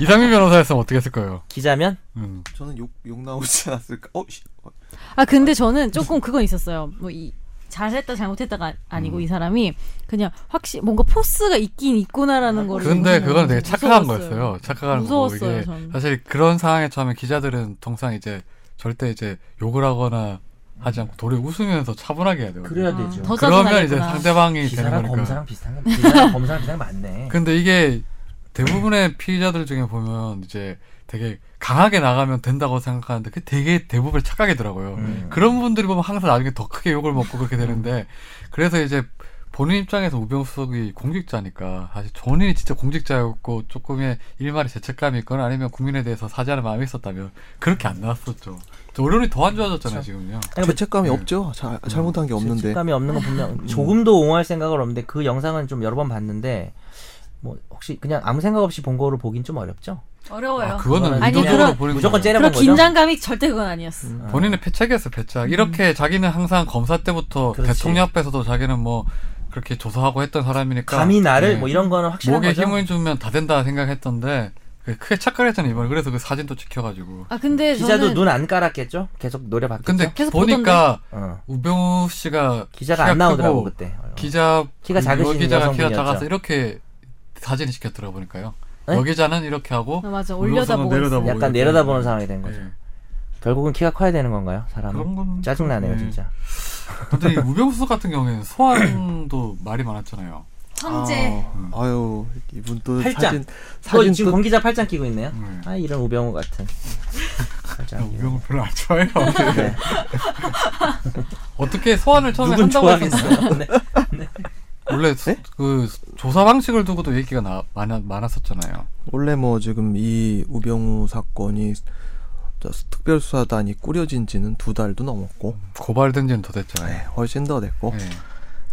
[SPEAKER 1] 이상민 변호사였으면 어떻게 했을 거예요?
[SPEAKER 2] 기자면
[SPEAKER 1] 음.
[SPEAKER 4] 저는 욕, 욕 나오지 않았을까? 어, 씨. 어,
[SPEAKER 3] 아 근데 저는 조금 그건 있었어요. 뭐 이 잘했다 잘못했다가 아니고 이 사람이 그냥 확실히 뭔가 포스가 있긴 있구나라는 거를.
[SPEAKER 1] 근데
[SPEAKER 3] 너무
[SPEAKER 1] 그건 되게 착각한
[SPEAKER 3] 무서웠어요.
[SPEAKER 1] 거였어요. 착각하는
[SPEAKER 3] 무서웠어요,
[SPEAKER 1] 거고 이게
[SPEAKER 3] 저는.
[SPEAKER 1] 사실 그런 상황에 처음에 기자들은 통상 이제 절대 이제 욕을 하거나 하지 않고 도리 웃으면서 차분하게 해야 돼요.
[SPEAKER 2] 그래야
[SPEAKER 3] 아,
[SPEAKER 2] 되죠.
[SPEAKER 3] 더
[SPEAKER 1] 그러면 이제
[SPEAKER 3] 짜증나겠구나.
[SPEAKER 1] 상대방이 음. 되는
[SPEAKER 2] 기사랑
[SPEAKER 1] 거니까. 그,
[SPEAKER 2] 검사랑 비슷한 건 기사랑 검사랑 비슷한 건 맞네.
[SPEAKER 1] 근데 이게 대부분의 피의자들 중에 보면 이제 되게 강하게 나가면 된다고 생각하는데 그게 되게 대부분 착각이더라고요.
[SPEAKER 2] 음.
[SPEAKER 1] 그런 분들이 보면 항상 나중에 더 크게 욕을 먹고 그렇게 되는데 그래서 이제 본인 입장에서 우병수석이 공직자니까 사실 본인이 진짜 공직자였고 조금의 일말의 죄책감이 있거나 아니면 국민에 대해서 사죄하는 마음이 있었다면 그렇게 안 나왔었죠. 언론이 더 안 좋아졌잖아요 지금요.
[SPEAKER 2] 뭐
[SPEAKER 4] 죄책감이
[SPEAKER 1] 네.
[SPEAKER 4] 없죠. 자,
[SPEAKER 2] 음,
[SPEAKER 4] 잘못한 게 없는데. 음.
[SPEAKER 2] 감이 없는 건 분명 조금도 옹호할 생각은 없는데 그 영상은 좀 여러 번 봤는데 뭐 혹시 그냥 아무 생각 없이 본 거로 보긴 좀 어렵죠.
[SPEAKER 3] 어려워요.
[SPEAKER 1] 아, 그거는
[SPEAKER 3] 아니,
[SPEAKER 1] 의도적으로
[SPEAKER 3] 그런-
[SPEAKER 1] 보는
[SPEAKER 2] 무조건
[SPEAKER 1] 거예요.
[SPEAKER 2] 째려본
[SPEAKER 3] 그런
[SPEAKER 2] 거죠.
[SPEAKER 3] 긴장감이 절대 그건 아니었어.
[SPEAKER 2] 아.
[SPEAKER 1] 본인의 패착이었어요, 패착. 이렇게 자기는 항상 검사 때부터
[SPEAKER 2] 음. 그렇지.
[SPEAKER 1] 대통령 앞에서도 자기는 뭐 그렇게 조사하고 했던 사람이니까.
[SPEAKER 2] 감히 나를
[SPEAKER 1] 예.
[SPEAKER 2] 뭐 이런 거는 확실한
[SPEAKER 1] 목에
[SPEAKER 2] 거죠.
[SPEAKER 1] 힘을 주면 다 된다 생각했던데 그게 크게 착각을 했잖아요 이번에 그래서 그 사진도 찍혀가지고.
[SPEAKER 3] 아 근데
[SPEAKER 2] 기자도
[SPEAKER 3] 저는
[SPEAKER 2] 눈 안 깔았겠죠? 그렇죠? 계속 노래 봤겠죠?
[SPEAKER 1] 근데
[SPEAKER 3] 계속
[SPEAKER 1] 보니까
[SPEAKER 2] 어.
[SPEAKER 1] 우병우 씨가
[SPEAKER 2] 기자가
[SPEAKER 1] 키가
[SPEAKER 2] 안
[SPEAKER 1] 크고
[SPEAKER 2] 나오더라고 그때. 어.
[SPEAKER 1] 기자 음,
[SPEAKER 2] 키가 작으신
[SPEAKER 1] 여기자가 키가
[SPEAKER 2] 여성분이었죠.
[SPEAKER 1] 작아서 이렇게 사진을 찍혔더라고 보니까요.
[SPEAKER 2] 네?
[SPEAKER 1] 여기자는 이렇게 하고
[SPEAKER 3] 아, 맞아
[SPEAKER 1] 우병우 씨는
[SPEAKER 3] 올려다보고
[SPEAKER 1] 내려다보고
[SPEAKER 3] 있어요.
[SPEAKER 2] 약간 내려다보는 상황이 된 거죠.
[SPEAKER 1] 예.
[SPEAKER 2] 결국은 키가 커야 되는 건가요, 사람은?
[SPEAKER 1] 그런 건
[SPEAKER 2] 짜증나네요,
[SPEAKER 1] 네.
[SPEAKER 2] 진짜.
[SPEAKER 1] 근데 이 우병수 같은 경우에는 소환도 말이 많았잖아요.
[SPEAKER 3] 황제.
[SPEAKER 4] 아, 아유 이분 또
[SPEAKER 2] 팔짱.
[SPEAKER 4] 사진
[SPEAKER 2] 어,
[SPEAKER 4] 사진
[SPEAKER 2] 지금
[SPEAKER 4] 또
[SPEAKER 2] 권기자 팔짱 끼고 있네요.
[SPEAKER 1] 네.
[SPEAKER 2] 아 이런 우병우 같은.
[SPEAKER 1] 나
[SPEAKER 2] 팔짱. 끼고.
[SPEAKER 1] 우병우 별로 안 좋아해요.
[SPEAKER 2] 네.
[SPEAKER 1] 어떻게 소환을 처음에
[SPEAKER 2] 누군
[SPEAKER 1] 한다고 했었나요?
[SPEAKER 2] 좋아하겠어요? 네.
[SPEAKER 1] 원래 수-
[SPEAKER 4] 네?
[SPEAKER 1] 그 수- 조사 방식을 두고도 얘기가 나, 많아, 많았었잖아요.
[SPEAKER 4] 원래 뭐 지금 이 우병우 사건이 저 특별수사단이 꾸려진지는 두 달도 넘었고
[SPEAKER 1] 고발된 지는 더
[SPEAKER 4] 네, 어?
[SPEAKER 1] 됐잖아요.
[SPEAKER 4] 훨씬 더 됐고
[SPEAKER 1] 네.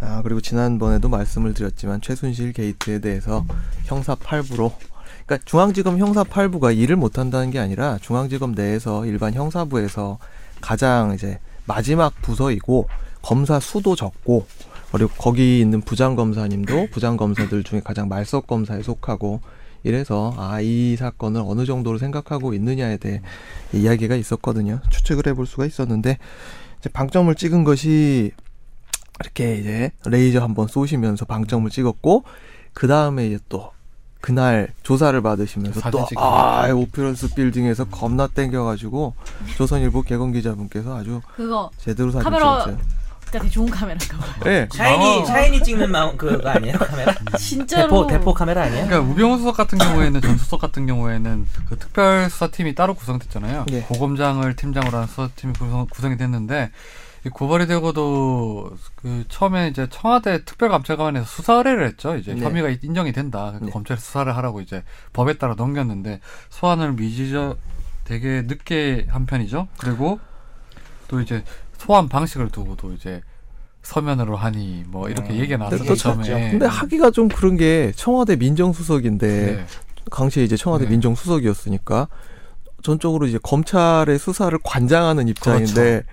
[SPEAKER 4] 아 그리고 지난번에도 말씀을 드렸지만 최순실 게이트에 대해서 형사 8부로 그러니까 중앙지검 형사 8부가 일을 못 한다는 게 아니라 중앙지검 내에서 일반 형사부에서 가장 이제 마지막 부서이고 검사 수도 적고 그리고 거기 있는 부장 검사님도 부장 검사들 중에 가장 말석 검사에 속하고 이래서 아 이 사건을 어느 정도로 생각하고 있느냐에 대해 이야기가 있었거든요. 추측을 해볼 수가 있었는데 이제 방점을 찍은 것이 이렇게 이제 레이저 한번 쏘시면서 방점을 찍었고 그 다음에 이제 또 그날 조사를 받으시면서
[SPEAKER 1] 사진 찍고.
[SPEAKER 4] 또아 오피런스 빌딩에서 겁나 땡겨가지고 조선일보 개건 기자분께서 아주
[SPEAKER 3] 그거
[SPEAKER 4] 제대로 사진
[SPEAKER 3] 카메라-
[SPEAKER 4] 찍었어요.
[SPEAKER 3] 그러니까 되게 좋은 카메라인가 봐.
[SPEAKER 4] 네.
[SPEAKER 1] 망원.
[SPEAKER 2] 샤이니 샤이니 찍는 마음 그거 아니에요? 카메라.
[SPEAKER 3] 진짜로.
[SPEAKER 2] 대포 대포 카메라 아니에요?
[SPEAKER 1] 그러니까 우병우 수석 같은 경우에는 전 수석 같은 경우에는 그 특별수사팀이 따로 구성됐잖아요.
[SPEAKER 4] 예.
[SPEAKER 1] 고검장을 팀장으로 하는 수사팀이 구성, 구성이 됐는데 이 고발이 되고도 그 처음에 이제 청와대 특별감찰관에서 수사 의뢰를 했죠. 이제
[SPEAKER 4] 네.
[SPEAKER 1] 혐의가 인정이 된다. 그러니까
[SPEAKER 4] 네.
[SPEAKER 1] 검찰 수사를 하라고 이제 법에 따라 넘겼는데 소환을 미지저 되게 늦게 한 편이죠. 그리고 또 이제 소환 방식을 두고도 이제 서면으로 하니 뭐 이렇게
[SPEAKER 2] 음,
[SPEAKER 1] 얘기가 나왔었죠
[SPEAKER 2] 늦게
[SPEAKER 1] 처음에.
[SPEAKER 2] 있었죠.
[SPEAKER 4] 아, 근데 하기가 좀 그런 게 청와대 민정수석인데
[SPEAKER 1] 네.
[SPEAKER 4] 당시에 이제 청와대
[SPEAKER 1] 네.
[SPEAKER 4] 민정수석이었으니까 전적으로 이제 검찰의 수사를 관장하는 입장인데
[SPEAKER 1] 그렇죠.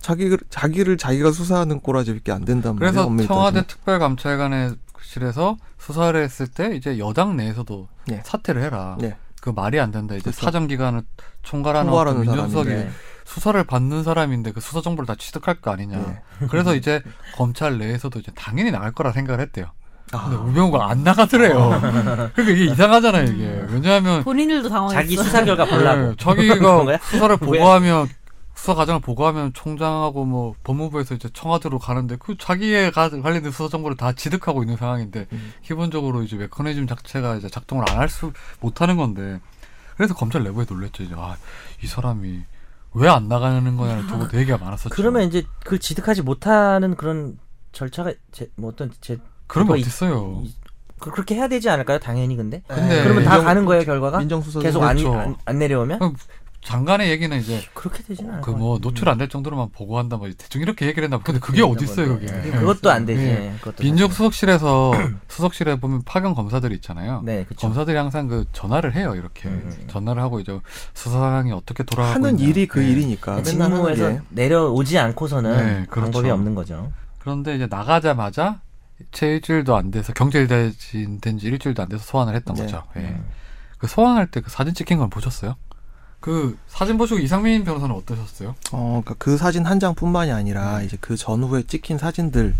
[SPEAKER 4] 자기를 자기를 자기가 수사하는 꼬라지밖에 안 된단 말이에요.
[SPEAKER 1] 그래서
[SPEAKER 4] 엄밀히
[SPEAKER 1] 청와대
[SPEAKER 4] 따지면.
[SPEAKER 1] 특별감찰관의 실에서 수사를 했을 때 이제 여당 내에서도
[SPEAKER 4] 네.
[SPEAKER 1] 사퇴를 해라.
[SPEAKER 4] 네.
[SPEAKER 1] 그 말이 안 된다. 이제
[SPEAKER 4] 그렇죠.
[SPEAKER 1] 사정 기관을 총괄하는
[SPEAKER 4] 총괄하는
[SPEAKER 1] 어떤 민정수석이
[SPEAKER 2] 네.
[SPEAKER 4] 사람인데. 네.
[SPEAKER 1] 수사를 받는 사람인데 그 수사 정보를 다 취득할 거 아니냐.
[SPEAKER 4] 네.
[SPEAKER 1] 그래서 이제 검찰 내에서도 이제 당연히 나갈 거라 생각을 했대요. 근데
[SPEAKER 4] 아,
[SPEAKER 1] 우병우가 안 나가더래요. 그러니까 이게 이상하잖아요, 이게. 왜냐하면
[SPEAKER 3] 본인들도 당황했어.
[SPEAKER 2] 자기 수사 결과
[SPEAKER 1] 네,
[SPEAKER 2] 보려고. 그런
[SPEAKER 1] 자기가
[SPEAKER 2] 거야?
[SPEAKER 1] 수사를
[SPEAKER 2] 뭐야?
[SPEAKER 1] 보고하면 수사 과정을 보고하면 총장하고 뭐 법무부에서 이제 청와대로 가는데 그 자기의 가- 관련된 수사 정보를 다 취득하고 있는 상황인데
[SPEAKER 4] 음.
[SPEAKER 1] 기본적으로 이제 메커니즘 자체가 이제 작동을 안 할 수 못하는 건데 그래서 검찰 내부에 놀랬죠 이제 아이 사람이 왜 안 나가는 거냐를 두고 얘기가 많았었죠.
[SPEAKER 2] 아, 그러면 이제 그걸 지득하지 못하는 그런 절차가 제, 뭐 어떤 제
[SPEAKER 1] 그러면
[SPEAKER 2] 이거
[SPEAKER 1] 어땠어요?
[SPEAKER 2] 이- 그- 그렇게 해야 되지 않을까요? 당연히 근데. 네.
[SPEAKER 1] 근데
[SPEAKER 2] 그러면 다
[SPEAKER 1] 민정-
[SPEAKER 2] 가는 거예요 결과가?
[SPEAKER 4] 민정수석이
[SPEAKER 2] 계속 안,
[SPEAKER 1] 그렇죠.
[SPEAKER 2] 안, 안 내려오면? 네.
[SPEAKER 1] 장관의 얘기는 이제
[SPEAKER 2] 그렇게 되진 않을
[SPEAKER 1] 그 뭐
[SPEAKER 2] 것 같아요.
[SPEAKER 1] 노출 안 될 정도로만 보고한다 뭐 대충 이렇게 얘기를 했나 봐. 근데 그게
[SPEAKER 2] 그런
[SPEAKER 1] 어디 있어요
[SPEAKER 2] 건데.
[SPEAKER 1] 그게?
[SPEAKER 2] 네. 그것도 안 되지. 네,
[SPEAKER 1] 예.
[SPEAKER 2] 그것도
[SPEAKER 1] 민족 수석실에서 수석실에 보면 파견 검사들이 있잖아요.
[SPEAKER 2] 사실. 네, 그렇죠.
[SPEAKER 1] 검사들이 항상 그 전화를 해요 이렇게
[SPEAKER 2] 음.
[SPEAKER 1] 전화를 하고 이제 수사 상황이 어떻게 돌아가고
[SPEAKER 4] 네, 하는
[SPEAKER 1] 있냐.
[SPEAKER 4] 일이 그
[SPEAKER 1] 네.
[SPEAKER 4] 일이니까 맨날 하는
[SPEAKER 2] 직무에서
[SPEAKER 4] 게
[SPEAKER 2] 그러니까 내려오지 않고서는
[SPEAKER 1] 네, 그렇죠.
[SPEAKER 2] 방법이 없는 거죠.
[SPEAKER 1] 그런데 이제 나가자마자 채 일주일도 안 돼서 경찰 대진 된지 일주일도 안 돼서 소환을 했던
[SPEAKER 4] 네.
[SPEAKER 1] 거죠. 예.
[SPEAKER 2] 음.
[SPEAKER 1] 그 소환할 때 그 사진 찍힌 건 보셨어요? 그 사진 보시고 이상민 변호사는 어떠셨어요?
[SPEAKER 4] 어, 그러니까 그 사진 한 장뿐만이 아니라 이제 그 전후에 찍힌 사진들을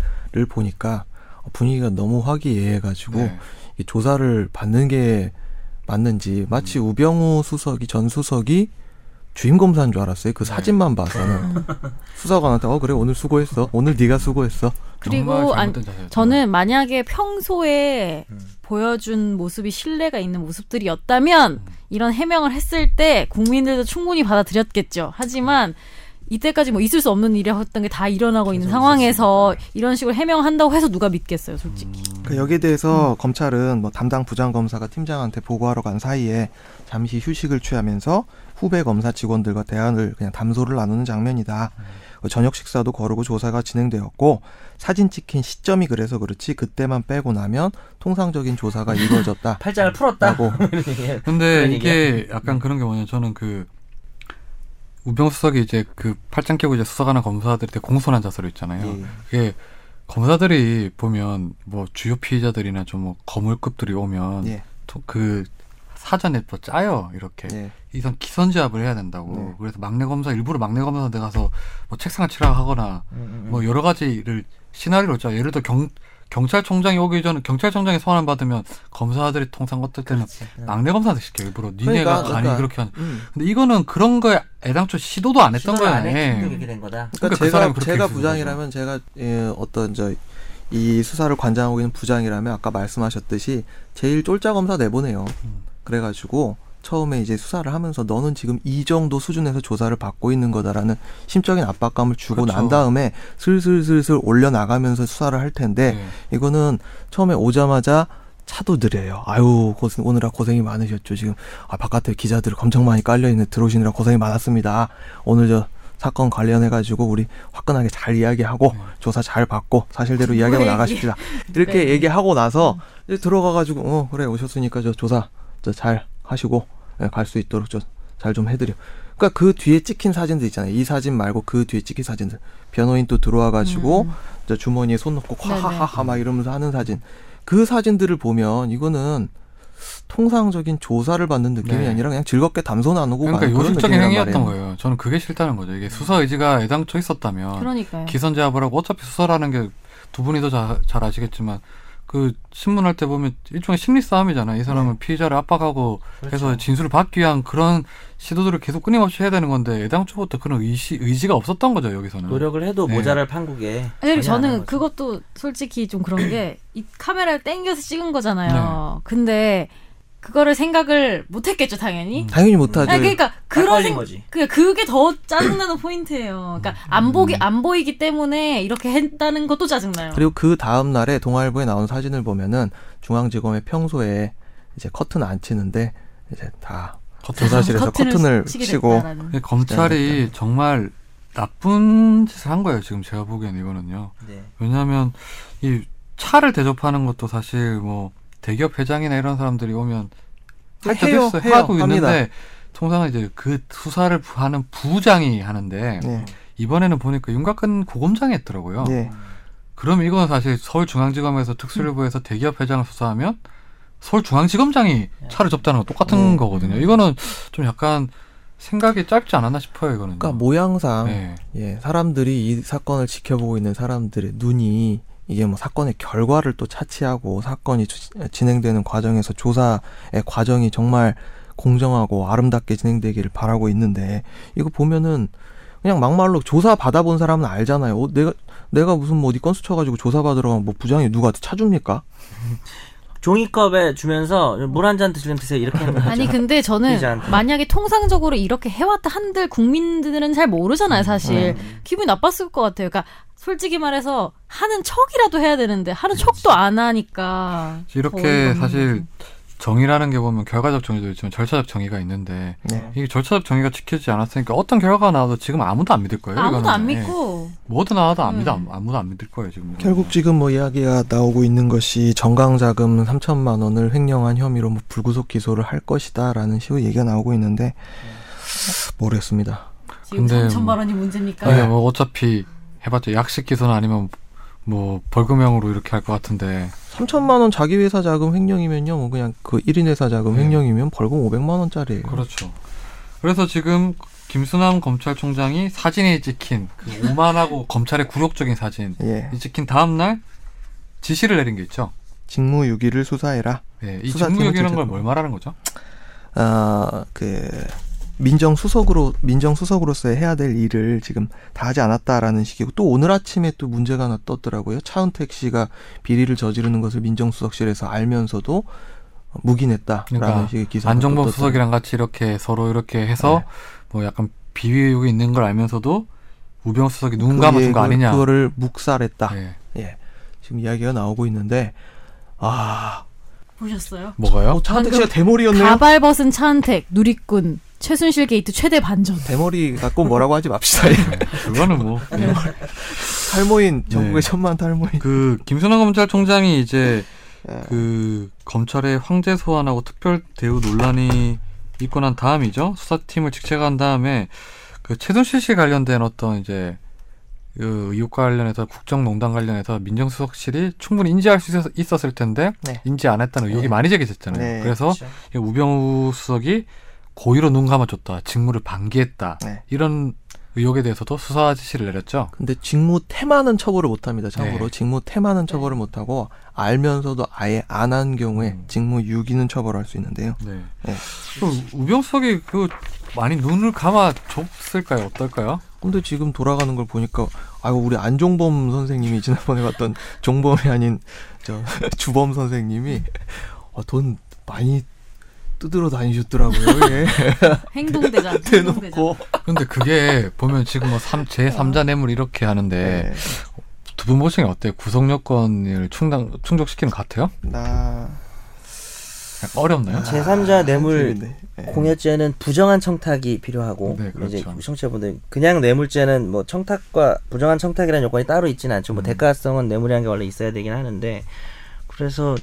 [SPEAKER 4] 보니까 분위기가 너무 화기애애해가지고
[SPEAKER 1] 네.
[SPEAKER 4] 이 조사를 받는 게 맞는지 마치 우병우 수석이 전 수석이 주임 검사인 줄 알았어요. 그
[SPEAKER 1] 네.
[SPEAKER 4] 사진만 봐서는 수사관한테 어 그래 오늘 수고했어. 오늘 네가 수고했어.
[SPEAKER 1] 정말
[SPEAKER 3] 그리고 안,
[SPEAKER 1] 잘못된 자세였죠.
[SPEAKER 3] 저는 만약에 평소에
[SPEAKER 2] 음.
[SPEAKER 3] 보여준 모습이 신뢰가 있는 모습들이었다면 이런 해명을 했을 때 국민들도 충분히 받아들였겠죠. 하지만 이때까지 뭐 있을 수 없는 일이었던 게 다 일어나고 있는 상황에서 이런 식으로 해명한다고 해서 누가 믿겠어요, 솔직히.
[SPEAKER 4] 그 여기에 대해서 검찰은 뭐 담당 부장 검사가 팀장한테 보고하러 간 사이에 잠시 휴식을 취하면서 후배 검사 직원들과 대안을 그냥 담소를 나누는 장면이다. 어, 저녁 식사도 거르고 조사가 진행되었고 사진 찍힌 시점이 그래서 그렇지 그때만 빼고 나면 통상적인 조사가 이루어졌다.
[SPEAKER 2] 팔짱을 풀었다.
[SPEAKER 4] 라고
[SPEAKER 2] 이런 얘기예요.
[SPEAKER 1] 근데
[SPEAKER 2] 그런 음.
[SPEAKER 1] 이게 약간 그런 게 뭐냐 저는 그 우병수석이 이제 그 팔짱 끼고 이제 수석하는 검사들한테 공손한 자세로 있잖아요.
[SPEAKER 4] 예.
[SPEAKER 1] 그게 검사들이 보면 뭐 주요 피해자들이나 좀 뭐 거물급들이 오면
[SPEAKER 4] 예.
[SPEAKER 1] 또 그 사전에 또 짜요 이렇게
[SPEAKER 4] 예.
[SPEAKER 1] 이선 기선제압을 해야 된다고
[SPEAKER 4] 네.
[SPEAKER 1] 그래서 막내 검사 일부러 막내 검사한테 가서 뭐 책상을 치라 하거나
[SPEAKER 2] 음, 음, 음.
[SPEAKER 1] 뭐 여러 가지를 시나리오로 짜 예를 들어 경 경찰청장이 오기 전에 경찰청장이 소환을 받으면 검사들이 통상 어떨 때는
[SPEAKER 2] 응.
[SPEAKER 1] 막내 검사들 시켜 일부러
[SPEAKER 4] 음. 그러니까,
[SPEAKER 1] 니네가 간이
[SPEAKER 4] 그러니까.
[SPEAKER 1] 그렇게 한.
[SPEAKER 4] 음.
[SPEAKER 1] 근데 이거는 그런 거에 애당초 시도도 안 했던
[SPEAKER 2] 신호를
[SPEAKER 1] 거야.
[SPEAKER 2] 안 했기
[SPEAKER 1] 예.
[SPEAKER 2] 때문에 된 거다.
[SPEAKER 1] 그러니까
[SPEAKER 4] 그러니까,
[SPEAKER 1] 그 사람이 그렇게
[SPEAKER 4] 제가 제가
[SPEAKER 1] 했을
[SPEAKER 4] 부장이라면 제가 예, 어떤 저 이 수사를 관장하고 있는 부장이라면 아까 말씀하셨듯이 제일 쫄자 검사 내보내요.
[SPEAKER 1] 음.
[SPEAKER 4] 그래가지고 처음에 이제 수사를 하면서 너는 지금 이 정도 수준에서 조사를 받고 있는 거다라는 심적인 압박감을 주고
[SPEAKER 1] 그렇죠.
[SPEAKER 4] 난 다음에 슬슬슬슬 올려 나가면서 수사를 할 텐데
[SPEAKER 1] 예.
[SPEAKER 4] 이거는 처음에 오자마자 차도 느려요. 아유, 고생, 오느라 고생이 많으셨죠. 지금, 아, 바깥에 기자들 엄청 많이 깔려있는데 들어오시느라 고생이 많았습니다. 오늘 저 사건 관련해가지고 우리 화끈하게 잘 이야기하고
[SPEAKER 1] 네.
[SPEAKER 4] 조사 잘 받고 사실대로 이야기하고
[SPEAKER 3] 왜
[SPEAKER 4] 나가십시다. 이렇게
[SPEAKER 3] 네.
[SPEAKER 4] 얘기하고 나서 이제 들어가가지고, 어, 그래, 오셨으니까 저 조사 저 잘 하시고, 예, 갈 수 있도록 저 잘 좀 해드려. 그러니까 그 뒤에 찍힌 사진들 있잖아요. 이 사진 말고 그 뒤에 찍힌 사진들. 변호인 또 들어와가지고 저 주머니에 손 넣고
[SPEAKER 3] 음. 네네.
[SPEAKER 4] 화하하하 막 이러면서 하는 사진. 그 사진들을 보면 이거는 통상적인 조사를 받는 느낌이
[SPEAKER 1] 네.
[SPEAKER 4] 아니라 그냥 즐겁게 담소 나누고
[SPEAKER 1] 그러니까
[SPEAKER 4] 가는 뭐 그런
[SPEAKER 1] 요술적인
[SPEAKER 4] 느낌이란
[SPEAKER 1] 행위였던
[SPEAKER 4] 말이에요.
[SPEAKER 1] 거예요. 저는 그게 싫다는 거죠. 이게 수사 의지가 애당초
[SPEAKER 3] 아,
[SPEAKER 1] 있었다면
[SPEAKER 3] 그러니까요.
[SPEAKER 1] 기선 제압을 하고 어차피 수사라는 게 두 분이 더 잘 아시겠지만 그 신문할 때 보면 일종의 심리 싸움이잖아요.
[SPEAKER 4] 네.
[SPEAKER 1] 이 사람은 피의자를 압박하고
[SPEAKER 2] 그렇죠.
[SPEAKER 4] 그렇죠.
[SPEAKER 1] 해서 진술을 받기 위한 그런 시도들을 계속 끊임없이 해야 되는 건데 애당초부터 그런 의시, 의지가 없었던 거죠 여기서는.
[SPEAKER 2] 노력을 해도
[SPEAKER 1] 네.
[SPEAKER 2] 모자랄 판국에.
[SPEAKER 3] 아니, 그리고
[SPEAKER 2] 전혀 안
[SPEAKER 3] 저는
[SPEAKER 2] 한 거죠.
[SPEAKER 3] 그것도 솔직히 좀 그런 게 이 카메라를 땡겨서 찍은 거잖아요. 근데 그거를 생각을 못 했겠죠, 당연히.
[SPEAKER 4] 당연히 못하죠.
[SPEAKER 3] 음. 아니, 그러니까
[SPEAKER 2] 딱
[SPEAKER 3] 그런
[SPEAKER 2] 걸린
[SPEAKER 3] 생
[SPEAKER 2] 거지.
[SPEAKER 3] 그 그게 더 짜증나는 포인트예요. 그러니까 안 보기 안 보이기 때문에 이렇게 했다는 것도 짜증나요.
[SPEAKER 4] 그리고 그 다음 날에 동아일보에 나온 사진을 보면은 중앙지검에 평소에 이제 커튼 안 치는데 이제 다 조사실에서 커튼을
[SPEAKER 3] 치게
[SPEAKER 4] 치고
[SPEAKER 3] 됐다라는.
[SPEAKER 1] 근데 네,
[SPEAKER 4] 네,
[SPEAKER 1] 검찰이 정말 나쁜 짓을 한 거예요. 지금 제가 보기에는 이거는요.
[SPEAKER 2] 네.
[SPEAKER 1] 왜냐하면 이 차를 대접하는 것도 사실 뭐 대기업 회장이나 이런 사람들이 오면 할 때도
[SPEAKER 4] 해요,
[SPEAKER 1] 있어요.
[SPEAKER 4] 해요.
[SPEAKER 1] 하고
[SPEAKER 4] 합니다.
[SPEAKER 1] 있는데 통상 이제 그 수사를 하는 부장이 하는데
[SPEAKER 4] 네.
[SPEAKER 1] 이번에는 보니까 윤곽근 고검장이 했더라고요.
[SPEAKER 4] 네.
[SPEAKER 1] 그럼 이건 사실 서울중앙지검에서 특수일부에서
[SPEAKER 4] 음.
[SPEAKER 1] 대기업 회장을 수사하면 서울중앙지검장이 차를 접다는 거 똑같은
[SPEAKER 4] 예. 음.
[SPEAKER 1] 거거든요. 이거는 좀 약간 생각이 짧지 않았나 싶어요. 이거는.
[SPEAKER 4] 그러니까 모양상
[SPEAKER 1] 네.
[SPEAKER 4] 예, 사람들이 이 사건을 지켜보고 있는 사람들의 눈이 이게 뭐 사건의 결과를 또 차치하고 사건이 주- 진행되는 과정에서 조사의 과정이 정말 공정하고 아름답게 진행되기를 바라고 있는데 이거 보면은 그냥 막말로 조사 받아본 사람은 알잖아요. 어, 내가 내가 무슨 뭐 어디 건수 쳐가지고 조사 받으러 가면 뭐 부장이 누구한테 차줍니까?
[SPEAKER 2] 종이컵에 주면서 물 한 잔 드시면 드세요. 이렇게 하는 거죠.
[SPEAKER 3] 아니 근데 저는
[SPEAKER 2] 피의자한테.
[SPEAKER 3] 만약에 통상적으로 이렇게 해왔다 한들 국민들은 잘 모르잖아요 사실 기분이 나빴을 것 같아요 그러니까 솔직히 말해서 하는 척이라도 해야 되는데 하는 척도 안 하니까 어이가
[SPEAKER 1] 이렇게
[SPEAKER 3] 없는
[SPEAKER 1] 사실
[SPEAKER 3] 거죠.
[SPEAKER 1] 정의라는 게 보면 결과적 정의도 있지만 절차적 정의가 있는데
[SPEAKER 4] 네.
[SPEAKER 1] 이게 절차적 정의가 지켜지지 않았으니까 어떤 결과가 나와도 지금 아무도 안 믿을 거예요.
[SPEAKER 3] 아무도
[SPEAKER 1] 이거는.
[SPEAKER 3] 안
[SPEAKER 1] 예.
[SPEAKER 3] 믿고
[SPEAKER 1] 뭐든 나와도 안
[SPEAKER 3] 음.
[SPEAKER 1] 믿어 아무도 안 믿을 거예요 지금.
[SPEAKER 4] 결국 지금 뭐 이야기가 나오고 있는 것이 정강자금 3천만 원을 횡령한 혐의로 뭐 불구속 기소를 할 것이다라는 식의 얘기가 나오고 있는데
[SPEAKER 1] 음.
[SPEAKER 4] 모르겠습니다.
[SPEAKER 3] 지금
[SPEAKER 1] 근데
[SPEAKER 3] 3천만 원이 문제입니까?
[SPEAKER 4] 네.
[SPEAKER 1] 아니 뭐 어차피 해봤자 약식 기소는 아니면 뭐 벌금형으로 이렇게 할 것 같은데
[SPEAKER 4] 3천만 원 자기 회사 자금 횡령이면요. 뭐 그냥 그 1인 회사 자금
[SPEAKER 1] 네.
[SPEAKER 4] 횡령이면 벌금 500만 원짜리예요.
[SPEAKER 1] 그렇죠. 그래서 지금 김수남 검찰총장이 사진에 찍힌 그 오만하고 검찰의 굴욕적인 사진
[SPEAKER 4] 예.
[SPEAKER 1] 이 찍힌 다음 날 지시를 내린 게 있죠.
[SPEAKER 4] 직무유기를 수사해라.
[SPEAKER 1] 예, 이
[SPEAKER 4] 수사
[SPEAKER 1] 직무유기라는
[SPEAKER 4] 팀을
[SPEAKER 1] 걸 뭘 말하는 거죠?
[SPEAKER 4] 아, 그 민정수석으로 민정수석으로서 해야 될 일을 지금 다 하지 않았다라는 식이고 또 오늘 아침에 또 문제가 하나 떴더라고요. 차은택 씨가 비리를 저지르는 것을 민정수석실에서 알면서도 묵인했다라는
[SPEAKER 1] 그러니까
[SPEAKER 4] 식의 기사가
[SPEAKER 1] 안정범
[SPEAKER 4] 또 떴더라고요.
[SPEAKER 1] 수석이랑 같이 이렇게 서로 이렇게 해서
[SPEAKER 4] 네.
[SPEAKER 1] 뭐 약간 비위 의혹이 있는 걸 알면서도 우병 수석이 눈 감아준
[SPEAKER 4] 그의
[SPEAKER 1] 거 아니냐.
[SPEAKER 4] 그- 그거를 묵살했다.
[SPEAKER 1] 예.
[SPEAKER 4] 예. 지금 이야기가 나오고 있는데 아,
[SPEAKER 3] 보셨어요?
[SPEAKER 1] 뭐가요?
[SPEAKER 4] 어,
[SPEAKER 3] 방금
[SPEAKER 4] 차은택 씨가 대머리였네요.
[SPEAKER 3] 가발 벗은 차은택 누리꾼 최순실 게이트 최대 반전
[SPEAKER 4] 대머리 갖고 뭐라고 하지 맙시다. 예.
[SPEAKER 1] 그거는 뭐. 예.
[SPEAKER 4] 탈모인
[SPEAKER 1] 네.
[SPEAKER 4] 전국의 천만 탈모인.
[SPEAKER 1] 그 김순환 검찰총장이 이제
[SPEAKER 4] 예.
[SPEAKER 1] 그 검찰의 황제 소환하고 특별 대우 논란이 있고 난 다음이죠. 수사팀을 직책한 다음에 그 최순실 씨 관련된 어떤 이제 그 의혹과 관련해서 국정농단 관련해서 민정수석실이 충분히 인지할 수 있었- 있었을 텐데
[SPEAKER 4] 네.
[SPEAKER 1] 인지 안 했다는 의혹이
[SPEAKER 4] 네.
[SPEAKER 1] 많이 제기됐잖아요.
[SPEAKER 4] 네,
[SPEAKER 1] 그래서
[SPEAKER 2] 그렇죠.
[SPEAKER 1] 이 우병우 수석이 고의로 눈 감아줬다, 직무를 방기했다
[SPEAKER 4] 네.
[SPEAKER 1] 이런 의혹에 대해서도 수사 지시를 내렸죠.
[SPEAKER 4] 근데 직무 테마는 처벌을 못 합니다. 참고로
[SPEAKER 1] 네.
[SPEAKER 4] 직무 테마는 처벌을 못 하고 알면서도 아예 안 한 경우에
[SPEAKER 1] 음.
[SPEAKER 4] 직무 유기는 처벌할 수 있는데요.
[SPEAKER 1] 네.
[SPEAKER 4] 네.
[SPEAKER 1] 그럼 우병석이 그 많이 눈을 감아 줬을까요? 어떨까요?
[SPEAKER 4] 근데 지금 돌아가는 걸 보니까 아유 우리 안종범 선생님이 지난번에 봤던 종범이 아닌 저 주범 선생님이 어, 돈 많이 뜯으러 다니셨더라고요. 예.
[SPEAKER 3] 행동대장. 행동대장.
[SPEAKER 4] 대놓고
[SPEAKER 1] 근데 그게 보면 지금 뭐 삼, 제 3자 뇌물 이렇게
[SPEAKER 2] 네.
[SPEAKER 1] 하는데
[SPEAKER 4] 예.
[SPEAKER 1] 두 분 보시기엔 어때요? 구성 요건을 충당, 충족시키는 것 같아요?
[SPEAKER 4] 나
[SPEAKER 1] 어렵나요?
[SPEAKER 2] 제3자 뇌물
[SPEAKER 4] 재밌네. 예.
[SPEAKER 2] 공여죄는 부정한 청탁이 필요하고
[SPEAKER 1] 네, 그렇죠.
[SPEAKER 2] 이제 청취자분들 그냥 뇌물죄는 뭐 청탁과 부정한 청탁이라는 요건이 따로 있지는 않죠. 뭐
[SPEAKER 4] 음.
[SPEAKER 2] 대가성은 뇌물이라는 게 원래 있어야 되긴 하는데 그래서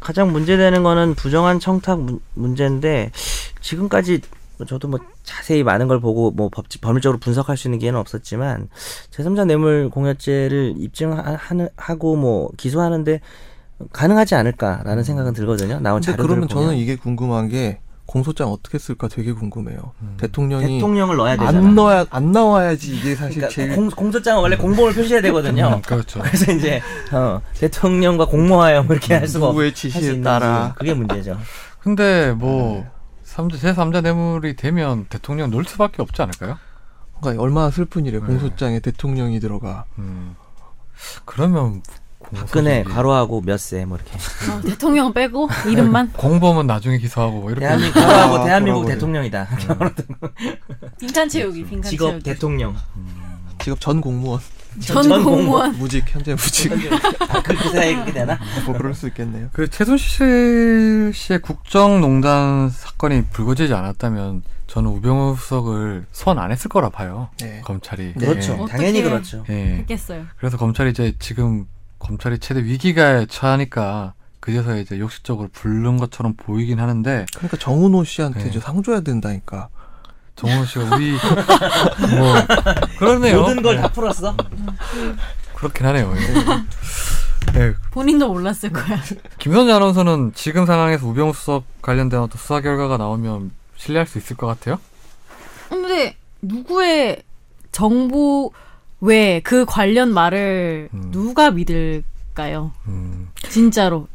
[SPEAKER 2] 가장 문제되는 거는 부정한 청탁 문, 문제인데 지금까지 저도 뭐 자세히 많은 걸 보고 뭐 법, 법률적으로 분석할 수 있는 기회는 없었지만 제3자 뇌물 공여죄를 입증하고 뭐 기소하는데 가능하지 않을까라는 생각은 들거든요. 나온
[SPEAKER 4] 근데
[SPEAKER 2] 아, 자료들
[SPEAKER 4] 그러면
[SPEAKER 2] 보면.
[SPEAKER 4] 저는 이게 궁금한 게 공소장 어떻게 쓸까 되게 궁금해요.
[SPEAKER 2] 음.
[SPEAKER 4] 대통령이
[SPEAKER 2] 대통령을 넣어야 되잖아.
[SPEAKER 4] 안 넣어야 안 나와야지 이게 사실
[SPEAKER 2] 그러니까
[SPEAKER 4] 제일
[SPEAKER 2] 공, 공소장은 원래 공범을 표시해야 되거든요.
[SPEAKER 1] 음, 그렇죠.
[SPEAKER 2] 그래서 이제 어, 대통령과 공모하여 뭐 이렇게 할 수가
[SPEAKER 4] 누구의
[SPEAKER 2] 없- 할수
[SPEAKER 4] 지시에
[SPEAKER 2] 있는지
[SPEAKER 4] 따라.
[SPEAKER 2] 그게 문제죠.
[SPEAKER 1] 근데 뭐
[SPEAKER 2] 네.
[SPEAKER 1] 삼자 제3자 뇌물이 되면 대통령 놀 수밖에 없지 않을까요?
[SPEAKER 4] 그러니까 얼마나 슬픈 일이에요. 공소장에 대통령이 들어가.
[SPEAKER 1] 네. 음. 그러면 공소
[SPEAKER 2] 박근혜
[SPEAKER 1] 저기-
[SPEAKER 2] 가로하고 몇 세 뭐 이렇게
[SPEAKER 3] 어, 대통령 빼고 이름만
[SPEAKER 1] 공범은 나중에 기소하고 뭐 이렇게
[SPEAKER 2] 대한민국 가로하고 네.
[SPEAKER 4] 아,
[SPEAKER 2] 대한민국
[SPEAKER 4] 돌아버려.
[SPEAKER 2] 대통령이다.
[SPEAKER 3] 빈칸 채우기. 빈칸
[SPEAKER 2] 직업
[SPEAKER 3] 채우기.
[SPEAKER 2] 대통령.
[SPEAKER 4] 직업 전 공무원
[SPEAKER 3] 그렇죠. 전,
[SPEAKER 2] 전
[SPEAKER 3] 공무원.
[SPEAKER 4] 무직 현재 무직
[SPEAKER 2] 아, 그렇게 사이 그렇게 되나?
[SPEAKER 4] 뭐 그럴 수 있겠네요.
[SPEAKER 1] 그 최순실 씨의 국정농단 사건이 불거지지 않았다면 저는 우병우석을 소환 안 했을 거라 봐요.
[SPEAKER 4] 네.
[SPEAKER 1] 검찰이.
[SPEAKER 4] 네.
[SPEAKER 2] 그렇죠.
[SPEAKER 3] 어떻게-
[SPEAKER 2] 당연히 그렇죠.
[SPEAKER 1] 예. 예.
[SPEAKER 3] 했겠어요.
[SPEAKER 1] 그래서 검찰이 이제 지금 검찰이 최대 위기가에 처하니까 그제서 이제 욕식적으로 부른 것처럼 보이긴 하는데
[SPEAKER 4] 그러니까 정은호 씨한테
[SPEAKER 1] 네.
[SPEAKER 4] 이제 상 줘야 된다니까.
[SPEAKER 1] 정원 씨가 우리 뭐 그러네요.
[SPEAKER 2] 모든 걸
[SPEAKER 1] 네.
[SPEAKER 2] 다 풀었어.
[SPEAKER 1] 그렇긴 하네요. 예. 네.
[SPEAKER 3] 본인도 몰랐을 거야.
[SPEAKER 1] 김선재 아나운서는 지금 상황에서 우병우 수석 관련된 어떤 수사 결과가 나오면 신뢰할 수 있을 것 같아요?
[SPEAKER 3] 근데 누구의 정보 외 그 관련 말을
[SPEAKER 1] 음.
[SPEAKER 3] 누가 믿을까요?
[SPEAKER 1] 음.
[SPEAKER 3] 진짜로.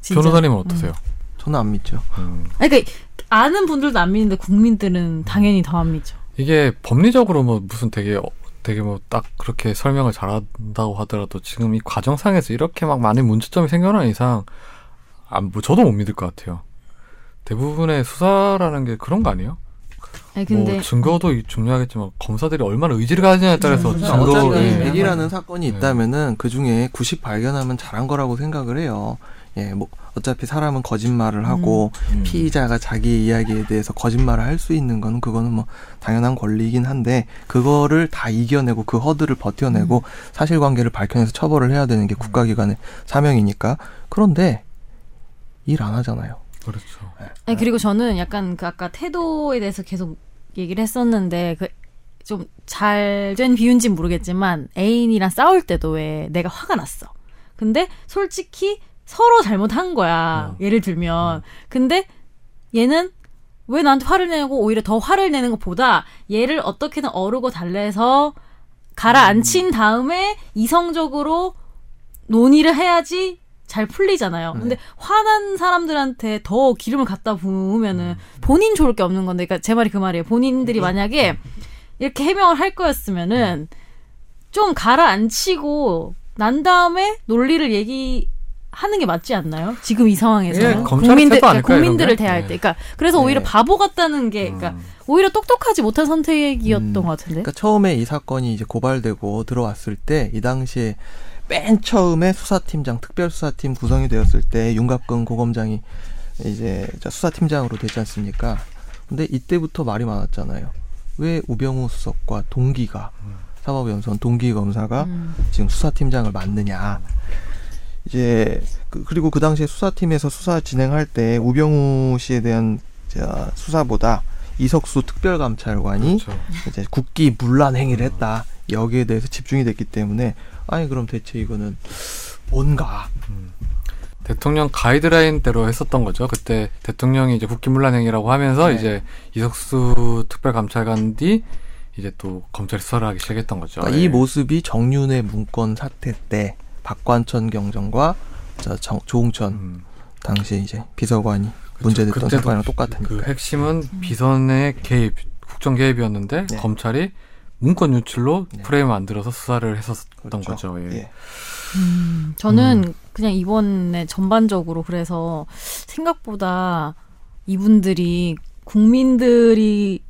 [SPEAKER 3] 진짜.
[SPEAKER 1] 변호사님은 어떠세요?
[SPEAKER 4] 저는 안 믿죠.
[SPEAKER 1] 음.
[SPEAKER 3] 아니, 그러니까 아는 분들도 안 믿는데 국민들은 당연히 더 안 믿죠.
[SPEAKER 1] 이게 법리적으로 뭐 무슨 되게 어, 되게 뭐 딱 그렇게 설명을 잘한다고 하더라도 지금 이 과정상에서 이렇게 막 많은 문제점이 생겨나는 이상 안, 뭐 저도 못 믿을 것 같아요. 대부분의 수사라는 게 그런 거 아니에요?
[SPEAKER 3] 아니, 근데
[SPEAKER 1] 뭐 증거도 이- 중요하겠지만 검사들이 얼마나 의지를 가지냐에 따라서
[SPEAKER 3] 음,
[SPEAKER 1] 증거
[SPEAKER 4] 증거
[SPEAKER 1] 예.
[SPEAKER 3] 얘기를
[SPEAKER 4] 그러니까 백이라는 사건이
[SPEAKER 1] 네.
[SPEAKER 4] 있다면은 그 중에 90 발견하면 잘한 거라고 생각을 해요. 예, 뭐 어차피 사람은 거짓말을
[SPEAKER 2] 음.
[SPEAKER 4] 하고
[SPEAKER 1] 음.
[SPEAKER 4] 피의자가 자기 이야기에 대해서 거짓말을 할 수 있는 거는 그거는 뭐 당연한 권리이긴 한데 그거를 다 이겨내고 그 허들을 버텨내고 사실관계를 밝혀내서 처벌을 해야 되는 게 국가기관의 사명이니까 그런데 일 안 하잖아요.
[SPEAKER 1] 그렇죠.
[SPEAKER 3] 아니 그리고 저는 약간 그 아까 태도에 대해서 계속 얘기를 했었는데 그 좀 잘 된 비유인지는 모르겠지만 애인이랑 싸울 때도 왜 내가 화가 났어. 근데 솔직히 서로 잘못한 거야. 예를 들면. 근데 얘는 왜 나한테 화를 내고 오히려 더 화를 내는 것보다 얘를 어떻게든 어르고 달래서 가라앉힌 다음에 이성적으로 논의를 해야지 잘 풀리잖아요.
[SPEAKER 1] 네.
[SPEAKER 3] 근데 화난 사람들한테 더 기름을 갖다 부으면은
[SPEAKER 1] 음.
[SPEAKER 3] 본인 좋을 게 없는 건데, 그러니까 제 말이 그 말이에요. 본인들이 만약에 이렇게 해명을 할 거였으면은
[SPEAKER 1] 음.
[SPEAKER 3] 좀 가라앉히고 난 다음에 논리를 얘기하는 게 맞지 않나요? 지금 이 상황에서
[SPEAKER 1] 예, 검찰의 태도 아닐까요,
[SPEAKER 3] 국민들을
[SPEAKER 1] 이런 게?
[SPEAKER 3] 대할
[SPEAKER 1] 예.
[SPEAKER 3] 때, 그러니까 그래서 오히려
[SPEAKER 4] 네.
[SPEAKER 3] 바보 같다는 게, 그러니까 오히려 똑똑하지 못한 선택이었던
[SPEAKER 4] 음.
[SPEAKER 3] 것 같은데.
[SPEAKER 4] 그러니까 처음에 이 사건이 이제 고발되고 들어왔을 때 이 당시에 맨 처음에 수사팀장 특별수사팀 구성이 되었을 때 윤갑근 고검장이 이제 자, 수사팀장으로 되지 않습니까? 근데 이때부터 말이 많았잖아요. 왜 우병우 수석과 동기가 사법연수원 동기 검사가
[SPEAKER 3] 음.
[SPEAKER 4] 지금 수사팀장을 맡느냐. 이제 그, 그리고 그 당시에 수사팀에서 수사 진행할 때 우병우 씨에 대한 자, 수사보다 이석수 특별감찰관이
[SPEAKER 1] 그렇죠.
[SPEAKER 4] 이제 국기 문란 행위를 했다. 여기에 대해서 집중이 됐기 때문에 아니 그럼 대체 이거는 뭔가
[SPEAKER 1] 대통령 가이드라인대로 했었던 거죠. 그때 대통령이 이제 국기문란행위라고 하면서
[SPEAKER 4] 네.
[SPEAKER 1] 이제 이석수 특별감찰관 뒤 이제 또 검찰이 수사를 하기 시작했던 거죠.
[SPEAKER 4] 그러니까
[SPEAKER 1] 예.
[SPEAKER 4] 이 모습이 정윤의 문건 사태 때 박관천 경정과 저 정, 조홍천
[SPEAKER 1] 음.
[SPEAKER 4] 당시 이제 비서관이
[SPEAKER 1] 그쵸.
[SPEAKER 4] 문제됐던
[SPEAKER 1] 그때도
[SPEAKER 4] 사건이랑
[SPEAKER 1] 그
[SPEAKER 4] 똑같으니까. 음.
[SPEAKER 1] 핵심은 비선의 개입, 국정 개입이었는데
[SPEAKER 4] 네.
[SPEAKER 1] 검찰이 문건 유출로
[SPEAKER 4] 네.
[SPEAKER 1] 프레임 만들어서 수사를 했었던
[SPEAKER 4] 그렇죠.
[SPEAKER 1] 거죠. 예.
[SPEAKER 4] 예.
[SPEAKER 3] 저는
[SPEAKER 4] 음.
[SPEAKER 3] 그냥 이번에 전반적으로 그래서 생각보다 이분들이 국민들이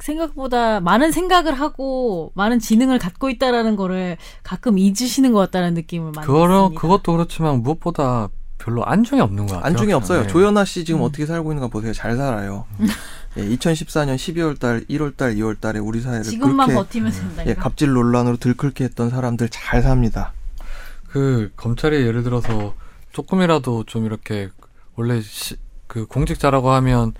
[SPEAKER 3] 생각보다 많은 생각을 하고 많은 지능을 갖고 있다라는 거를 가끔 잊으시는 것 같다는 느낌을 많이
[SPEAKER 1] 그거로
[SPEAKER 3] 받습니다.
[SPEAKER 1] 그것도 그렇지만 무엇보다 별로 안중이 없는 것 같아요.
[SPEAKER 4] 안중에
[SPEAKER 1] 그냥.
[SPEAKER 4] 없어요.
[SPEAKER 1] 예.
[SPEAKER 4] 조연아 씨 지금
[SPEAKER 3] 음.
[SPEAKER 4] 어떻게 살고 있는가 보세요. 잘 살아요. 예, 2014년 12월 달, 1월 달, 2월 달에 우리 사회를
[SPEAKER 3] 지금만
[SPEAKER 4] 그렇게
[SPEAKER 3] 버티면 된다.
[SPEAKER 4] 예, 갑질 논란으로 들끓게 했던 사람들 잘 삽니다.
[SPEAKER 1] 그 검찰이 예를 들어서 조금이라도 좀 이렇게 원래 시- 그 공직자라고 하면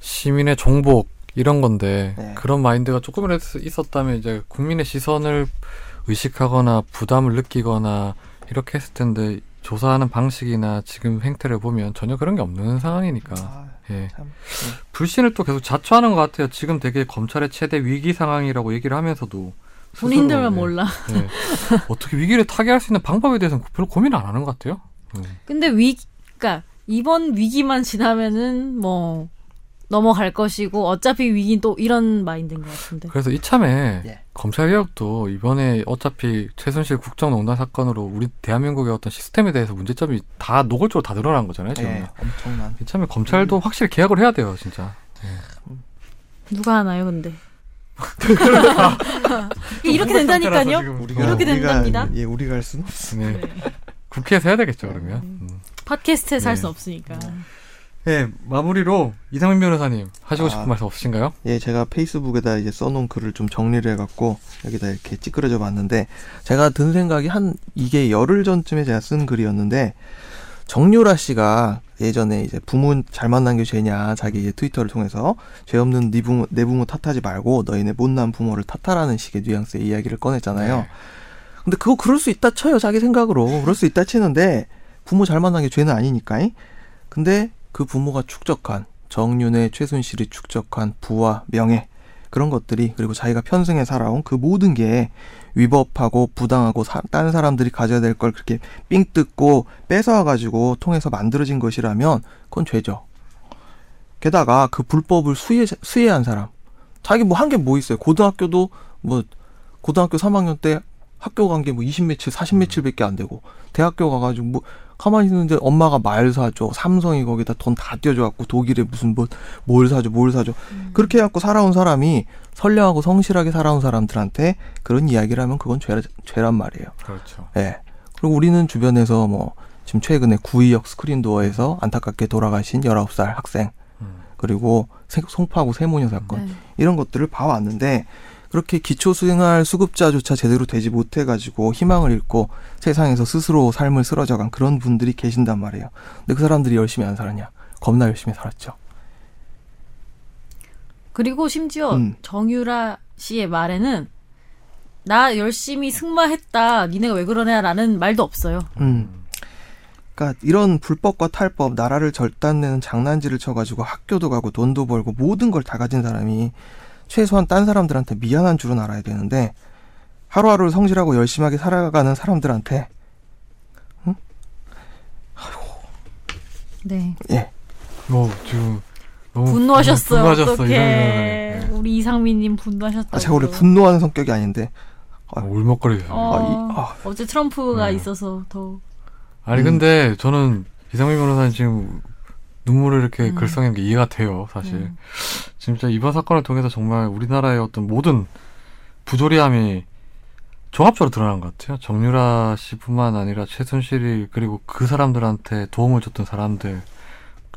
[SPEAKER 1] 시민의 종복 이런 건데
[SPEAKER 4] 네.
[SPEAKER 1] 그런 마인드가 조금이라도 있- 있었다면 이제 국민의 시선을 의식하거나 부담을 느끼거나 이렇게 했을 텐데 조사하는 방식이나 지금 행태를 보면 전혀 그런 게 없는
[SPEAKER 4] 아.
[SPEAKER 1] 상황이니까 예.
[SPEAKER 4] 참.
[SPEAKER 1] 불신을 또 계속 자초하는 것 같아요. 지금 되게 검찰의 최대 위기 상황이라고 얘기를 하면서도 스스로,
[SPEAKER 3] 본인들만
[SPEAKER 1] 예.
[SPEAKER 3] 몰라.
[SPEAKER 1] 네. 어떻게 위기를 타개할 수 있는 방법에 대해서는 별로 고민을 안 하는 것 같아요. 네.
[SPEAKER 3] 근데 위, 그니까 이번 위기만 지나면은 뭐 넘어갈 것이고 어차피 위기 또 이런 마인드인 것 같은데.
[SPEAKER 1] 그래서 이참에
[SPEAKER 4] 예.
[SPEAKER 1] 검찰개혁도 이번에 어차피 최순실 국정농단 사건으로 우리 대한민국의 어떤 시스템에 대해서 문제점이 다 노골적으로 다 드러난 거잖아요. 지금.
[SPEAKER 4] 예, 엄청난.
[SPEAKER 1] 이참에 검찰도 확실히 개혁을 해야 돼요, 진짜.
[SPEAKER 3] 누가 하나요, 근데? 이렇게 된다니까요.
[SPEAKER 4] 우리가,
[SPEAKER 3] 이렇게 된답니다.
[SPEAKER 4] 예, 우리가 할 수는 없어.
[SPEAKER 1] 네. 국회에서 해야 되겠죠, 그러면. 음.
[SPEAKER 3] 팟캐스트에 살 수
[SPEAKER 1] 네.
[SPEAKER 3] 없으니까.
[SPEAKER 1] 네, 마무리로 이상민 변호사님 하시고 싶은
[SPEAKER 4] 아.
[SPEAKER 1] 말씀 없으신가요?
[SPEAKER 4] 예, 제가 페이스북에다 이제 써놓은 글을 좀 정리를 해갖고 여기다 이렇게 찌그러져 봤는데 제가 든 생각이 한 이게 열흘 전쯤에 제가 쓴 글이었는데 정유라 씨가 예전에 이제 부모 잘 만난 게 죄냐 자기 이제 트위터를 통해서 죄 없는 네 부모 내 부모 탓하지 말고 너희네 못난 부모를 탓하라는 식의 뉘앙스의 이야기를 꺼냈잖아요. 근데 그거 그럴 수 있다 쳐요 자기 생각으로 그럴 수 있다 치는데 부모 잘 만난 게 죄는 아니니까 근데 그 부모가 축적한 정윤의 최순실이 축적한 부와 명예 그런 것들이 그리고 자기가 편승해 살아온 그 모든 게 위법하고 부당하고 사- 다른 사람들이 가져야 될 걸 그렇게 삥 뜯고 뺏어와 가지고 통해서 만들어진 것이라면 그건 죄죠. 게다가 그 불법을 수혜 수혜한 사람 자기 뭐 한 게 뭐 있어요? 고등학교도 뭐 고등학교 3학년 때 학교 간 게 뭐 20매칠, 40매칠밖에 안 되고 대학교 가가지고 뭐 가만히 있는데 엄마가 말 사줘. 삼성이 거기다 돈 다 떼줘갖고 독일에 무슨 뭐 뭘 사줘, 뭘 사줘. 그렇게 해갖고 살아온 사람이 선량하고 성실하게 살아온 사람들한테 그런 이야기를 하면 그건 죄, 죄란 말이에요.
[SPEAKER 1] 그렇죠.
[SPEAKER 4] 예. 그리고 우리는 주변에서 뭐 지금 최근에 구의역 스크린도어에서 안타깝게 돌아가신 19살 학생
[SPEAKER 1] 음.
[SPEAKER 4] 그리고 세- 송파구 세모녀 사건
[SPEAKER 3] 네.
[SPEAKER 4] 이런 것들을 봐왔는데 그렇게 기초생활 수급자조차 제대로 되지 못해가지고 희망을 잃고 세상에서 스스로 삶을 쓰러져간 그런 분들이 계신단 말이에요. 근데 그 사람들이 열심히 안 살았냐? 겁나 열심히 살았죠.
[SPEAKER 3] 그리고 심지어
[SPEAKER 4] 음.
[SPEAKER 3] 정유라 씨의 말에는 나 열심히 승마했다. 니네가 왜 그러냐라는 말도 없어요.
[SPEAKER 4] 음. 그러니까 이런 불법과 탈법, 나라를 절단내는 장난질을 쳐가지고 학교도 가고 돈도 벌고 모든 걸 다 가진 사람이 최소한 딴 사람들한테 미안한 줄은 알아야 되는데 하루하루를 성실하고 열심하게 살아가는 사람들한테
[SPEAKER 3] 네.
[SPEAKER 4] 예
[SPEAKER 1] 뭐 지금 너무
[SPEAKER 3] 분노하셨어요.
[SPEAKER 1] 분노하셨어,
[SPEAKER 3] 어떡해.
[SPEAKER 1] 이상민 변호사님. 예.
[SPEAKER 3] 우리 이상민님 분노하셨다.
[SPEAKER 4] 아, 제가 원래 분노하는 성격이 아닌데
[SPEAKER 1] 아, 울먹거리세요.
[SPEAKER 3] 어,
[SPEAKER 4] 아, 이- 아.
[SPEAKER 3] 제 트럼프가
[SPEAKER 1] 네.
[SPEAKER 3] 있어서 더.
[SPEAKER 1] 아니
[SPEAKER 4] 음.
[SPEAKER 1] 근데 저는 이상민 변호사님 지금 눈물을 이렇게
[SPEAKER 3] 음.
[SPEAKER 1] 글썽이는 게 이해가 돼요, 사실.
[SPEAKER 3] 음.
[SPEAKER 1] 진짜 이번 사건을 통해서 정말 우리나라의 어떤 모든 부조리함이 종합적으로 드러난 것 같아요. 정유라 씨뿐만 아니라 최순실이 그리고 그 사람들한테 도움을 줬던 사람들,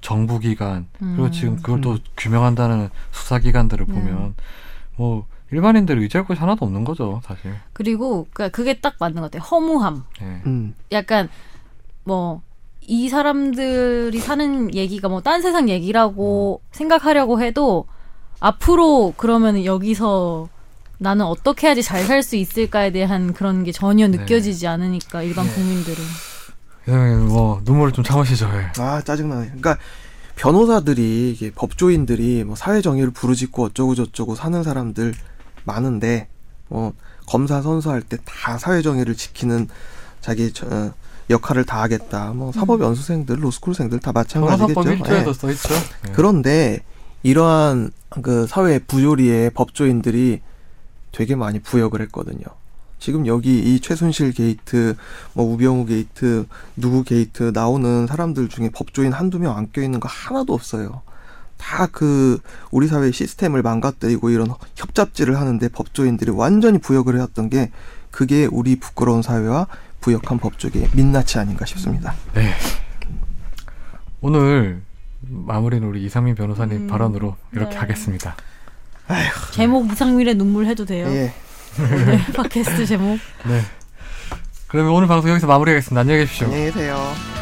[SPEAKER 1] 정부기관 그리고
[SPEAKER 3] 음.
[SPEAKER 1] 지금 그걸 또
[SPEAKER 4] 음.
[SPEAKER 1] 규명한다는 수사기관들을 보면
[SPEAKER 3] 음.
[SPEAKER 1] 뭐 일반인들 의지할 곳이 하나도 없는 거죠, 사실.
[SPEAKER 3] 그리고 그러니까 그니까 그게 딱 맞는 것 같아요. 허무함.
[SPEAKER 1] 예.
[SPEAKER 4] 음.
[SPEAKER 3] 약간 뭐 이 사람들이 사는 얘기가 뭐 딴 세상
[SPEAKER 1] 음.
[SPEAKER 3] 얘기라고 생각하려고 해도 앞으로 그러면 여기서 나는 어떻게 해야지 잘 살 수 있을까에 대한 그런 게 전혀
[SPEAKER 1] 네.
[SPEAKER 3] 느껴지지 않으니까 일반 국민들은
[SPEAKER 1] 이상민 뭐 눈물을 좀 참으시죠. 예.
[SPEAKER 4] 아 짜증나네. 그러니까 변호사들이 이게 법조인들이 뭐 사회 정의를 부르짖고 어쩌고 저쩌고 사는 사람들 많은데 어, 검사 선서할 때 다 사회 정의를 지키는 자기 저, 어, 역할을 다하겠다. 뭐 사법 연수생들, 로스쿨생들 다 마찬가지겠죠.
[SPEAKER 1] 음. 변호사법
[SPEAKER 4] 예.
[SPEAKER 1] 1조에도 써있죠. 예.
[SPEAKER 4] 그런데 이러한 그 사회 부조리에 법조인들이 되게 많이 부역을 했거든요. 지금 여기 이 최순실 게이트, 뭐 우병우 게이트, 누구 게이트 나오는 사람들 중에 법조인 한두 명 안 껴있는 거 하나도 없어요. 다 그 우리 사회 시스템을 망가뜨리고 이런 협잡질을 하는데 법조인들이 완전히 부역을 해왔던 게 그게 우리 부끄러운 사회와 부역한 법조계의 민낯이 아닌가 싶습니다.
[SPEAKER 1] 오늘 마무리는 우리 이상민 변호사님
[SPEAKER 3] 음,
[SPEAKER 1] 발언으로 이렇게
[SPEAKER 3] 네.
[SPEAKER 1] 하겠습니다. 네.
[SPEAKER 3] 제목 이상민의 눈물 해도 돼요.
[SPEAKER 4] 예.
[SPEAKER 3] 오늘 팟캐스트 제목.
[SPEAKER 1] 네. 그러면 오늘 방송 여기서 마무리하겠습니다. 안녕히 계십시오.
[SPEAKER 4] 안녕히 계세요.